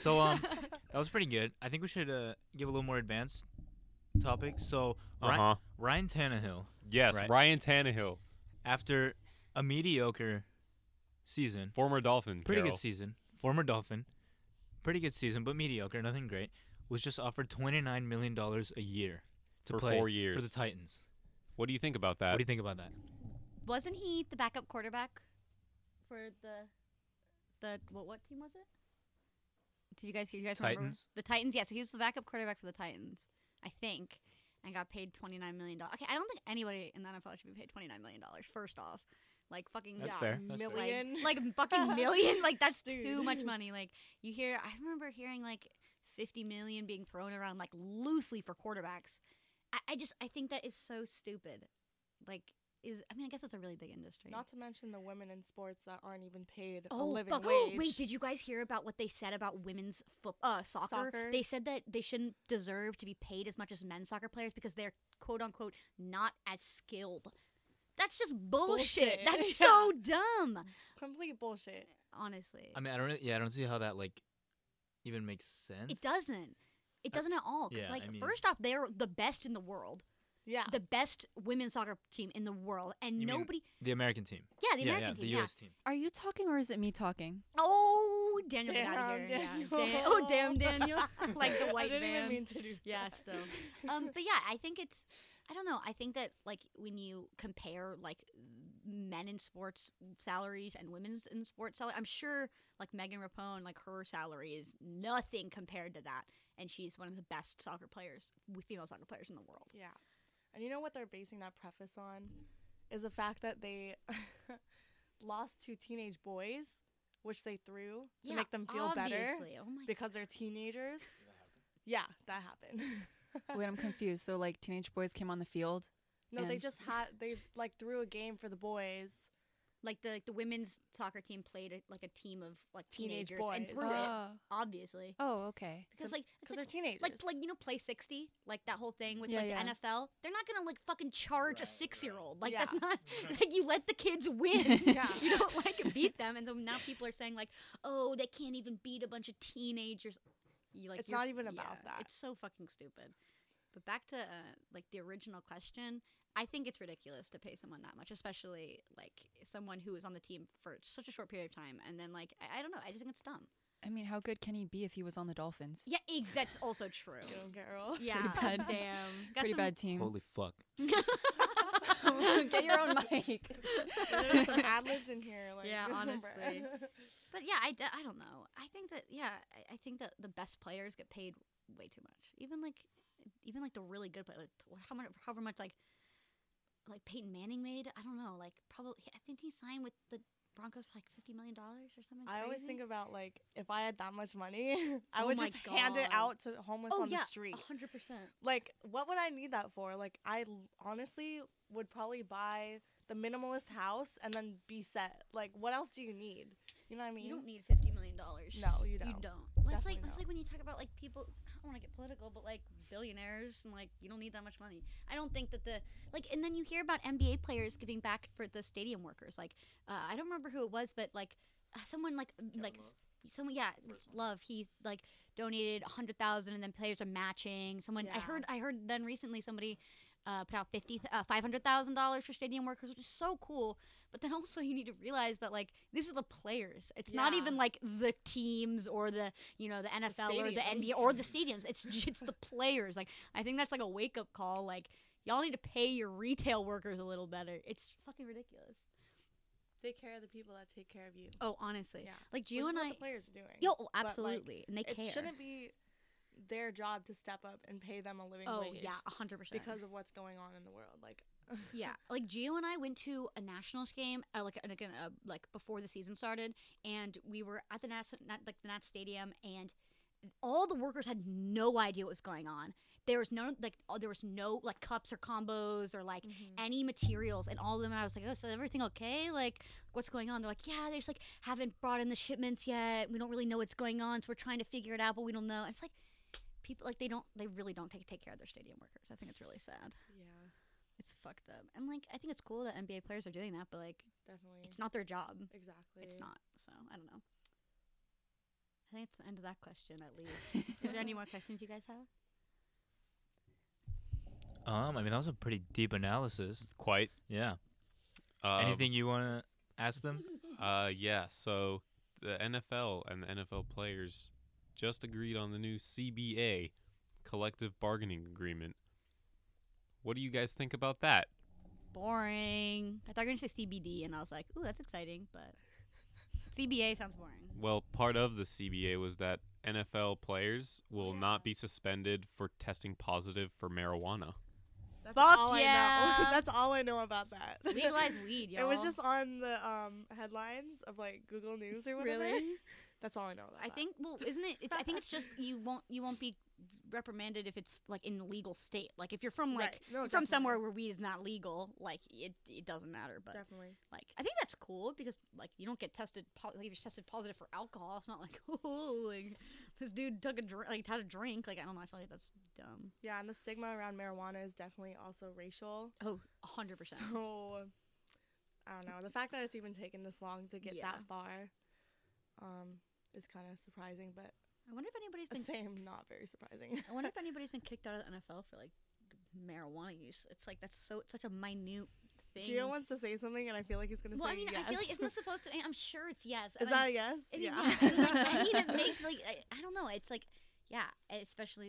So um, that was pretty good. I think we should uh, give a little more advanced topic. So Ryan, Uh-huh. Ryan Tannehill, Yes, Right. Ryan Tannehill, after a mediocre season, former Dolphin. pretty Carol. good season, former Dolphin, pretty good season, but mediocre, nothing great, was just offered twenty nine million dollars a year to For play four for years. the Titans. What do you think about that? what do you think about that? Wasn't he the backup quarterback for the the what what team was it? Did you guys you guys remember Titans? the Titans? Yeah, so he was the backup quarterback for the Titans, I think, and got paid twenty nine million dollars. Okay, I don't think anybody in the NFL should be paid twenty nine million dollars. First off, like fucking That's yeah, fair. That's fair. like- Million. like, fucking million. Like that's too Dude. much money. Like you hear, I remember hearing like fifty million being thrown around like loosely for quarterbacks. I, I just I think that is so stupid. Like is I mean I guess it's a really big industry. not to mention the women in sports that aren't even paid a Oh, living fuck. wage. wait! Did you guys hear about what they said about women's foot uh, soccer? Soccer. They said that they shouldn't deserve to be paid as much as men's soccer players because they're quote unquote not as skilled. That's just bullshit. Bullshit. That's Yeah. so dumb. Complete bullshit. Honestly, I mean, I don't. Really, yeah, I don't see how that like even makes sense. it doesn't. It I- doesn't at all. Because yeah, like I mean- first off, they're the best in the world, Yeah. the best women's soccer team in the world, and You mean- nobody. The American team. yeah, the yeah, American yeah, team. the yeah. U.S. team. Are you talking or is it me talking? Oh, Daniel, get out of Damn, here! Yeah. Daniel. Dan- oh, damn, Daniel! like the I white didn't man. even mean to do. Yeah, that. still. um, but yeah, I think it's. I don't know. I think that like when you compare like men in sports salaries and women's in sports salary, I'm sure like Megan Rapone, like her salary is nothing compared to that, and she's one of the best soccer players, w- female soccer players in the world. Yeah. And you know what they're basing that preface on? Is the fact that they lost two teenage boys, which they threw to yeah, make them feel obviously. better Oh my because they're teenagers. Yeah, that happened. Wait, I'm confused. So like teenage boys came on the field. No, they And- just had they like threw a game for the boys. Like the the women's soccer team played a, like a team of like Teenage teenagers and boys. threw it, Oh. obviously, oh, okay. because like it's because they're like, teenagers. like like you know play sixty like that whole thing with Yeah, like yeah. the NFL. They're not gonna like fucking charge a Right, six year old. Like right. that's not like you let the kids win. Yeah. you don't like beat them, and so now people are saying like, oh, they can't even beat a bunch of teenagers. You like It's you're- not even about that. It's so fucking stupid. But back to uh, like the original question, I think it's ridiculous to pay someone that much, especially like someone who was on the team for such a short period of time, and then like I, I don't know, I just think it's dumb. I mean, how good can he be if he was on the Dolphins? Yeah, ex- that's also true. Damn, girl. Yeah, bad. damn. Got Pretty some- bad team. Holy fuck. Get your own mic. There's some ad libs in here. Like, Yeah, remember. honestly. But yeah, I, d- I don't know. I think that yeah, I, I think that the best players get paid way too much. Even like even like the really good players, like, how much however much like like Peyton Manning made. I don't know. Like probably I think he signed with the Broncos for like fifty million dollars or something. I always crazy. think about like if I had that much money, I Oh would my just hand it God. out to the homeless oh on yeah, the street. hundred percent. Like, what would I need that for? Like, I l- honestly would probably buy the minimalist house and then be set. Like, what else do you need? You know what I mean? You don't need fifty million dollars. no, you You don't. don't. That's like Definitely that's don't. like when you talk about like people. I don't want to get political, but like billionaires and like you don't need that much money. I don't think that the like. And then you hear about NBA players giving back for the stadium workers. Like uh, I don't remember who it was, but like uh, someone like like s- someone yeah love he like donated a hundred thousand and then players are matching. Someone I Yeah. heard I heard then recently somebody. Uh, put out fifty uh, five hundred thousand dollars for stadium workers, which is so cool. But then also you need to realize that like these are the players. It's not Yeah. even like the teams or the you know the NFL or the stadiums. NBA or the stadiums. It's j- it's the players. Like I think that's like a wake up call. Like y'all need to pay your retail workers a little better. It's fucking ridiculous. Take care of the people that take care of you. Oh, honestly, Yeah. like Which Gio is and what I. the players are doing. Yo, oh, like, absolutely, and they it care. shouldn't be their job to step up and pay them a living oh wage. yeah, hundred percent. because of what's going on in the world. Like, yeah, like Gio and I went to a nationals game, uh, like like, uh, like before the season started, and we were at the Nats, Nat, like the Nats stadium, and all the workers had no idea what was going on. There was no like oh, there was no like cups or combos or like Mm-hmm. any materials, and all of them. And I was like, oh, so everything okay? Like what's going on? They're like, yeah, they just like haven't brought in the shipments yet. We don't really know what's going on, so we're trying to figure it out, but we don't know. And it's like people like they don't they really don't take take care of their stadium workers. I think it's really sad. yeah, It's fucked up. And like I think it's cool that NBA players are doing that, but like definitely. it's not their job. exactly. It's not. So I don't know. I think it's the end of that question at least. Is there any more questions you guys have? Um, I mean that was a pretty deep analysis. Quite. Yeah. Um, Anything you want to ask them? Uh, yeah. So the NFL and the NFL players just agreed on the new CBA, collective bargaining agreement. What do you guys think about that? Boring. I thought you were gonna say CBD, and I was like, ooh, that's exciting, but CBA sounds boring. Well, part of the CBA was that NFL players will yeah. not be suspended for testing positive for marijuana. That's Fuck all I yeah. know. That's all I know about that. Legalize weed, It y'all. was just on the um, headlines of like Google News or whatever. That's all I know about. I that. think. Well, isn't it? It's, I think it's just you won't you won't be reprimanded if it's like in a legal state. Like if you're from like Right. No, from definitely. somewhere where weed is not legal, like it it doesn't matter. But Definitely. like I think that's cool because like you don't get tested po- like if you're tested positive for alcohol, it's not like oh like this dude took a drink like had a drink like I don't know I feel like that's dumb. Yeah, and the stigma around marijuana is definitely also racial. Oh, a hundred percent. So I don't know. The fact that it's even taken this long to get Yeah. that far um, is kind of surprising, but I wonder if anybody's been same not very surprising. I wonder if anybody's been kicked out of the NFL for like marijuana use. It's like that's so such a minute thing. Gio wants to say something, and I feel like he's gonna well, say I mean, yes. I feel like isn't this supposed to? I'm sure it's yes. Is and that I'm- a yes? I mean, yeah. yeah. and, like, I mean, it makes like I, I don't know. It's like, yeah, especially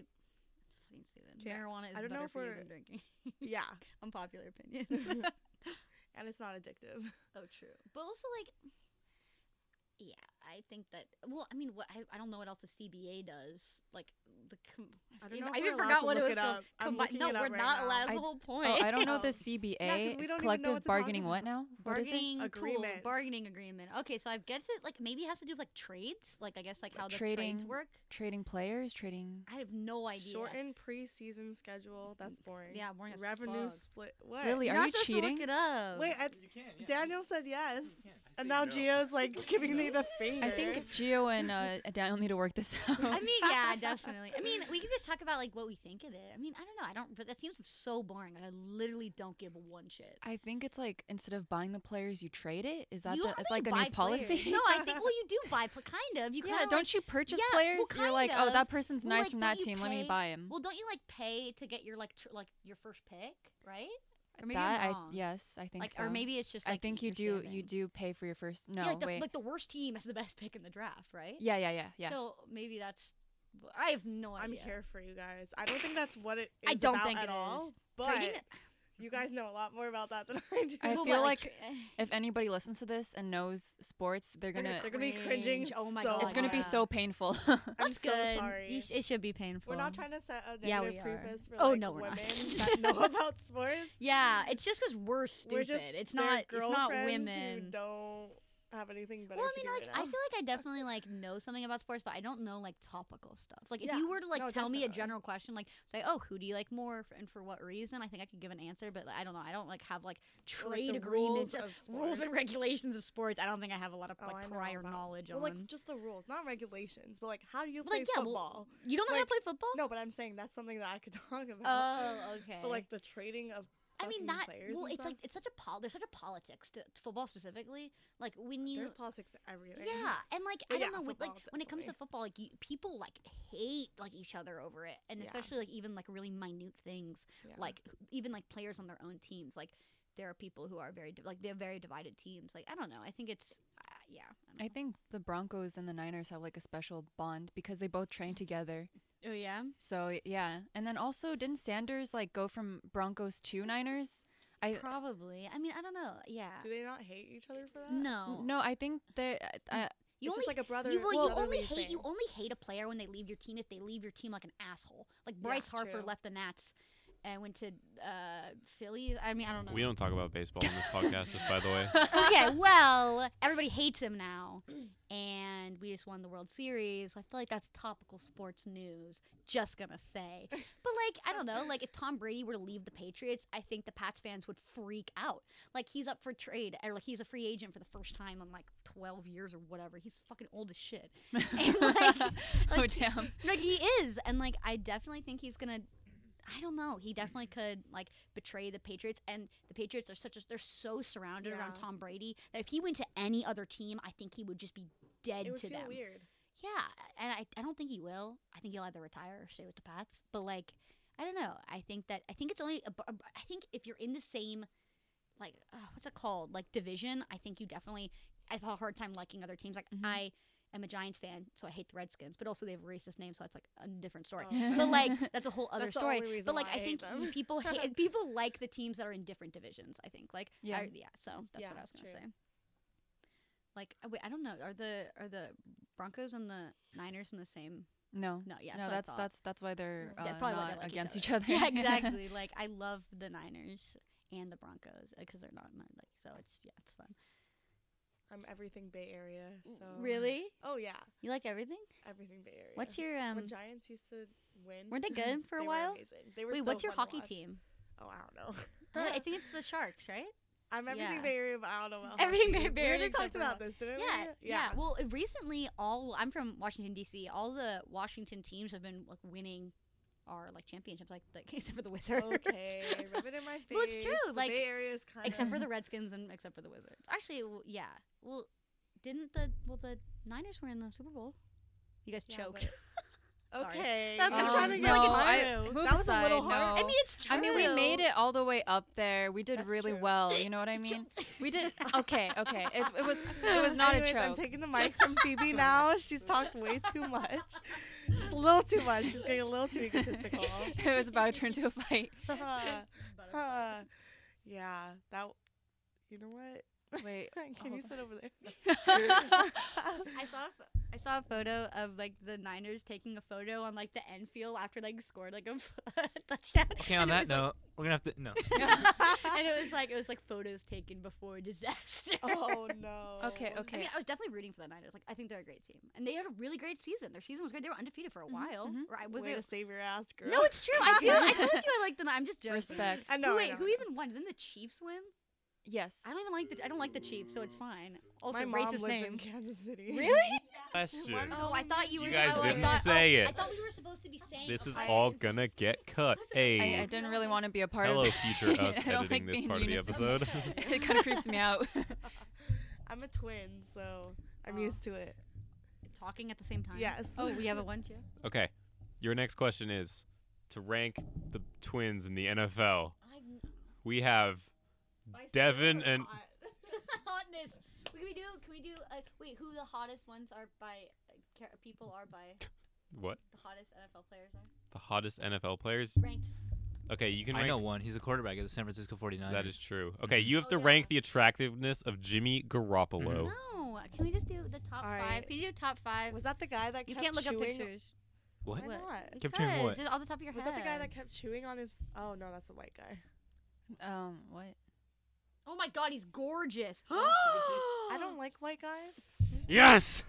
it's fucking stupid. Yeah. Marijuana is I don't better know if for you we're- than drinking. yeah, Unpopular opinion. and it's not addictive. oh, true. But also, like, yeah, I think that. Well, I mean, what I, I don't know what else the CBA does. Like, the com- I I don't don't know if I we're even allowed forgot to what it look was it called. up. I'm Combi- looking no, it up we're right not now. allowed. That's I- the whole point. Oh, I don't know the Oh. CBA, we don't even know collective what they're talking bargaining. What now? What is it? bargaining tool, Agreement. bargaining agreement. Okay, so I guess it like maybe it has to do with like trades, like I guess like Like how the trades trading. work. Trading players, trading. I have no idea. Mm-hmm. Shortened preseason schedule. That's boring. Yeah, boring as Revenue fuck. split. What? Lily, You're are not you supposed to cheating? look it up. Wait, I, You can. Daniel said yes, say and now no. Gio's like giving me the finger. I think Gio and uh, Daniel need to work this out. I mean, yeah, definitely. I mean, we can just talk about like what we think of it. I mean, I don't know. I don't. But that seems so boring. Like, I literally don't give one shit. I think it's like instead of buying the players, you trade it. Is that You the, don't it's really like a new buy players. policy? No, I think well, you do buy pl- kind of. You yeah, kind of don't you purchase yeah, well, players? You're like, kind oh, that of. person's Well, nice like, from don't that you team. Let me pay- buy him. Well, don't you like pay to get your like tr- like your first pick, right? Or maybe that I'm I wrong. yes, I think like, so. or maybe it's just like I think you do you're you saving. do pay for your first. No, yeah, like the, wait. like the worst team has the best pick in the draft, right? yeah, yeah, yeah, yeah. So maybe that's. I have no idea. I'm here for you guys. I don't think that's what it is I don't about think at it is. all. But Trading- you guys know a lot more about that than I do. I Well, feel but, eh, like tra- if anybody listens to this and knows sports, they're they're gonna they're gonna be cringing cringe. Oh my so god, it's gonna yeah. be so painful. I'm That's so good. sorry. You sh- it should be painful. we're not trying to set a Yeah, negative we are. preface for Oh, like, no, we're not. women that know about sports. Yeah, it's just because we're stupid. We're just it's their not. It's not girlfriends Who women. don't have anything better Well, I to mean, do like right I now. feel like I definitely like know something about sports, but I don't know like topical stuff. Like if Yeah. you were to like No, tell me a definitely. general question, like say, "Oh, who do you like more, f- and for what reason?" I think I could give an answer, but like, I don't know. I don't like have like Or, like, trade the agreements, rules uh, of rules and sports. regulations of sports. I don't think I have a lot of Oh, like I know prior about- knowledge Well, on. like just the rules, not regulations, but like how do you But, play like, yeah, well, football? you don't know how to like, play football? no, but I'm saying that's something that I could talk about. Oh, okay. But like the trading of I mean fucking that. players Well, and it's stuff. like it's such a pol- there's such a politics to football specifically. Like when you there's politics to everything. Yeah, and like But I don't yeah, know, with, like football, when it comes to definitely. football, like you, people like hate like each other over it, and Yeah. especially like even like really minute things, Yeah. like who- even like players on their own teams. Like there are people who are very div- like they're very divided teams. Like I don't know, I think it's uh, yeah. I I think the Broncos and the Niners have like a special bond because they both train together. oh yeah, So y- yeah, and then also didn't Sanders like go from Broncos to Niners? uh, I probably. I mean, I don't know. Yeah, do they not hate each other for that? no, no, I think uh, that I, You uh, only it's just like a brother. You, well, you brotherly only hate you thing. only hate a player when they leave your team if they leave your team like an asshole. Like Bryce Harper true. left the Nats and went to uh, Philly. I mean, I don't know. We don't talk about baseball on this podcast, just by the way. okay, well, everybody hates him now, and we just won the World Series. So I feel like that's topical sports news. Just gonna say, but like I don't know, like if Tom Brady were to leave the Patriots, I think the Pats fans would freak out. Like he's up for trade, or like he's a free agent for the first time in like twelve years or whatever. He's fucking old as shit. And like, oh like, damn. like he is and like i definitely think he's gonna i don't know he definitely Mm. could like betray the patriots and the patriots are such a they're so surrounded around Yeah. tom brady that if he went to any other team i think he would just be dead It would to feel them weird. yeah and I, I don't think he will i think he'll either retire or stay with the pats but like i don't know i think that i think it's only a b- a b- I think if you're in the same like uh, what's it called like division i think you definitely i have a hard time liking other teams like Mm-hmm. Mhm. i am a giants fan so i hate the redskins but also they have a racist names so that's like a different story Oh. but like that's a whole other That's the story. only reason But like why I I think hate them. people hate, people like the teams that are in different divisions. I think like Yeah. yeah, yeah. So that's what Yeah, I was gonna true. say. Like uh, wait, I don't know. Are the are the Broncos and the Niners in the same? No, No, yeah. no, what I that's thought. that's that's why they're Yeah, uh, that's probably why not they like against each other. yeah, exactly. like I love the Niners and the Broncos because they're not in my like. So it's yeah, it's fun. I'm everything Bay Area. So Really, Oh yeah, you like everything? everything Bay Area. What's your um? when Giants used to win? Weren't they good for a they were while? amazing. They were Wait, so what's your fun to hockey watch. team? Oh, I don't know. I don't- I think it's the Sharks, right? I'm everything Yeah. Bay Area, but I don't know. About Everything hockey. Bay- Bay We Area already except talked for about hockey. this, didn't yeah, we? yeah. Well, uh, recently, all I'm from Washington D.C. All the Washington teams have been like winning our like championships, like the, except for the Wizards. okay, rub it in my face. Well, it's true, The like, Bay Area is kind except of. for the Redskins and except for the Wizards. Actually, well, yeah. Well, didn't the well the Niners were in the Super Bowl? You guys Yeah, choked. but- Sorry. Okay. That's Um, what I'm trying to no, like, it's I, true. move That was a aside, little hard. no. I mean, it's true. I mean, we made it all the way up there. We did That's really true. well. You know what I mean? We did okay. Okay, it, it was it was not Anyways, a I'm trope. taking the mic from Phoebe now. She's talked way too much. Just a little too much. She's getting a little too egotistical. it was about to turn to a fight. Huh. yeah, that. You know what? Wait. Can you Oh. hold sit over there? on. I saw a ph- I saw a photo of like the Niners taking a photo on like the Enfield after like scored like a f- touchdown. Okay, on and that it was, like- note, we're gonna have to no. and it was like it was like photos taken before disaster. oh no. Okay, I okay. mean, I was definitely rooting for the Niners. Like, I think they're a great team, and they had a really great season. Their season was great. They were undefeated for a Mhm, while. mhm. Right? Was Way to it? save your ass, girl. No, it's true. I do. I told you I like them. I'm just joking. Respect. I Who- know. I wait, know, who I know. even won? Didn't the Chiefs win? Yes. I don't even like the. I don't like the Chiefs, so it's fine. Also, My mom racist lives in name. Kansas City. Really? Question. Oh, I thought you You were. guys oh, didn't I thought, say oh, it. I thought we were supposed to be saying. This is okay. all gonna get cut. Hey. I, I didn't really want to be a part Hello, of. future us I don't editing like this being part of the unison. episode. it kind of creeps me out. I'm a twin, so I'm Oh. used to it. talking at the same time. Yes. Oh, we have a one, Jeff. okay, your next question is to rank the twins in the NFL. We have Devin and hotness. Can we do? Can we do? Uh, wait, who the hottest ones are by uh, ca- people are by what? the hottest NFL players are The hottest NFL players. ranked. Okay, you can rank. I know one. He's a quarterback of the San Francisco 49ers. That is true. Okay, you have Oh, to yeah. rank the attractiveness of Jimmy Garoppolo. No, can we just do the top All five? right. Can you do top five? Was that the guy that You kept can't look up chewing- pictures. what? Why What? not? Kept chewing Because what? Just off the top of your Was head. that the guy that kept chewing on his? Oh no, that's the white guy. um, what? Oh my God, he's gorgeous. Oh, I don't like white guys. Yes.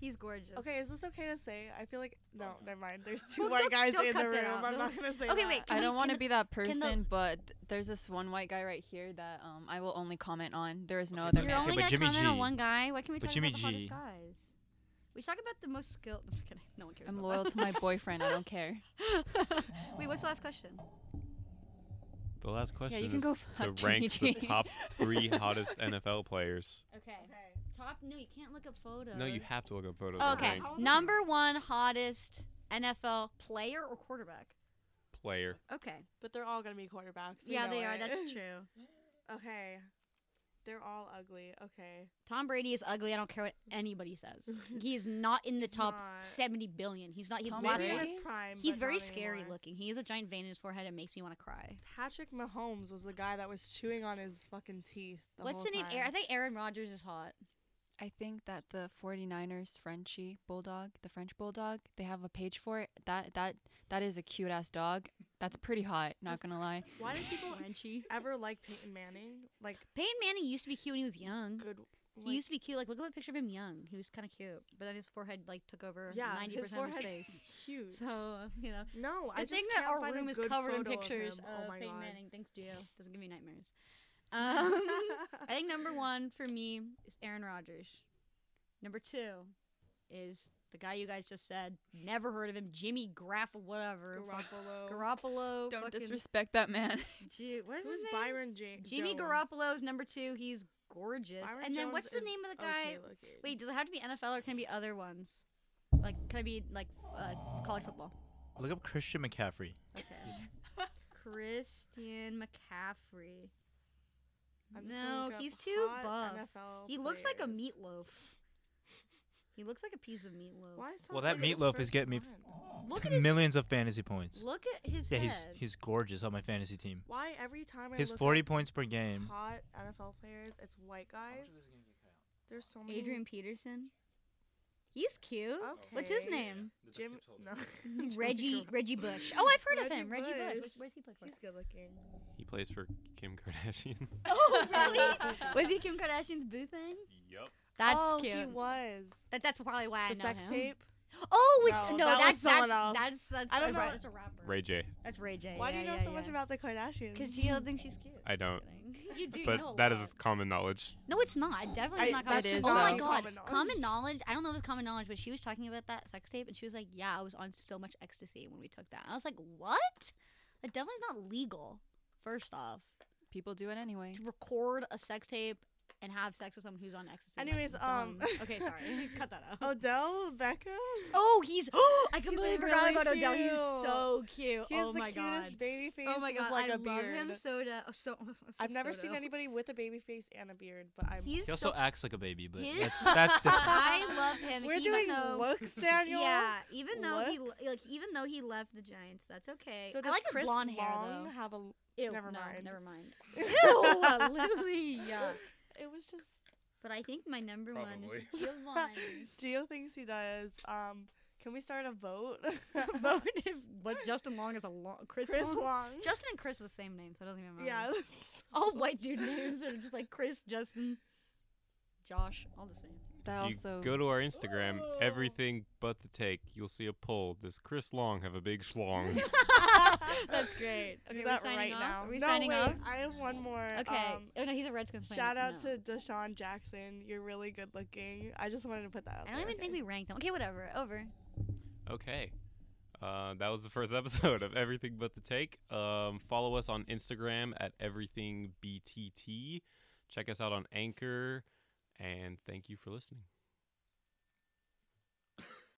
He's gorgeous. Okay, is this okay to say? I feel like no, never mind. There's two Oh. Well, white don't- guys don't in cut the that room. out. I'm not Don't- gonna say. Okay, wait, that. Can I we- don't can want to the- be that the- person, but th- there's this one white guy right here that um I will only comment on. There is no Okay, other. You're man. only but gonna Jimmy comment on G. one guy. Why can't we But talk Jimmy about the hottest G. guys? We should talk about the most skilled. I'm just kidding. No one cares. I'm about loyal that. to my boyfriend. I don't care. Wait, what's the last question? The last question yeah, you can is go to fuck Jimmy rank the G. top three hottest NFL players. Okay. Okay. Top. No, you can't look up photos. No, you have to look up photos. Oh, I okay. think. Okay. Number one hottest NFL player or quarterback. Player. Okay. But they're all gonna be quarterbacks. we yeah, know they are. it. That's true. Okay. They're all ugly. Okay. Tom Brady is ugly. I don't care what anybody says. He is not in the He's top not. seventy billion. He's not. He's Tom last Maybe in Brady? one. his prime. He's but very not scary anymore. looking. He has a giant vein in his forehead. It makes me want to cry. Patrick Mahomes was the guy that was chewing on his fucking teeth. The What's whole the name? Time. Aaron, I think Aaron Rodgers is hot. I think that the 49ers Frenchie bulldog, the French bulldog, they have a page for it. That that that is a cute ass dog. That's pretty hot. Not gonna lie. Why did people Frenchie. ever like Peyton Manning? Like Peyton Manning used to be cute when he was young. good. he like- used to be cute. Like look at a picture of him young. He was kind of cute, but then his forehead like took over yeah, ninety his percent of his forehead's face. huge. So uh, you know, no, I good just thing that can't our find a room is good covered in photo of pictures him. of, oh my Peyton God. Manning. Thanks, Gio. Doesn't give me nightmares. Um, I think number one for me is Aaron Rodgers. Number two is the guy you guys just said. Never heard of him, Jimmy Graff or whatever. fuck- Garoppolo. Garoppolo. Don't fucking- disrespect that man. Gee, what is Who's his name? Byron James? Jimmy Garoppolo's number two. He's gorgeous. Byron and then Jones what's the is name of the guy? okay looking. Wait, does it have to be NFL or can it be other ones? Like, can it be like uh, college football? Look up Christian McCaffrey. Okay. Christian McCaffrey. I'm just gonna no, look up he's too hot buff. NFL He looks like a players. meatloaf. He looks like a piece of meatloaf. Why is Well, that like the meatloaf is first getting me f- one? Look T- at his. millions of fantasy points. Look at his Yeah, head. he's he's gorgeous on my fantasy team. Why every time I His look forty up points per game. hot NFL players, it's white guys. There's so many. Adrian Peterson. He's cute. Okay. What's his name? Jim. No. Jim Reggie Garoppolo. Reggie Bush. Oh, I've heard of Reggie him. Reggie Bush. Bush. Where's- Where's he play for? He's good looking. He plays for Kim Kardashian. Oh, really? was he Kim Kardashian's boo thing? yep. That's oh, cute. he was. That, that's probably why I The know sex him. tape. Oh, was, No, no, that that's was someone that's, else. that's that's I don't a, know ra- what- that's a rapper. Ray J. That's Ray J. Why yeah, do you know yeah, so much yeah. about the Kardashians? Because she don't think she's cute. I don't. Just kidding. You do. you know But a that lot. is common knowledge. No, it's not. It Definitely I- not that common. should oh not my be god, common knowledge. common knowledge. I don't know if it's common knowledge, but she was talking about that sex tape, and she was like, "Yeah, I was on so much ecstasy when we took that." I was like, "What? That definitely is not legal. First off, People do it anyway. to record a sex tape and have sex with someone who's on ecstasy." like, Anyways, um, dumb. okay, sorry, cut that out. Odell Beckham. Oh, he's. Oh, I He's completely really forgot about Odell. He's cute. so cute. He has oh the my cutest god. baby face. Oh my god, With like I a love beard. him so. da- oh, so, I've never so seen da- anybody with a baby face and a beard, but I'm. He's He also so. acts like a baby, but His- that's that's different. I love him. We're even doing though, looks, Daniel. Yeah, even though he Looks? le- like even though he left the Giants, that's okay. So I does like Chris his blonde Long hair have a? though. Ew, never no, mind. Never mind. Ew, Lily. Yeah. it was just But I think my number one Probably. is Giovanni. Geo thinks he does. Um, can we start a vote? Vote if but Justin Long is a long Chris, Chris Long? Long. Justin and Chris are the same name, so it doesn't even matter. yeah. all white dude names that are just like Chris, Justin, Josh, all the same. That you also go to our Instagram, Ooh. everything but the take. You'll see a poll. Does Chris Long have a big schlong? That's great. Do Okay, we're that signing right off. now. Are we no, signing wait, off? I have one more. Okay. Um, oh no, he's a Redskins fan. shout out No. to Deshaun Jackson. You're really good looking. I just wanted to put that out I don't there, even think okay? we ranked him. Okay, whatever. Over. okay. Uh, that was the first episode of Everything But the Take. Um, follow us on Instagram at everythingbtt. Check us out on Anchor, and thank you for listening.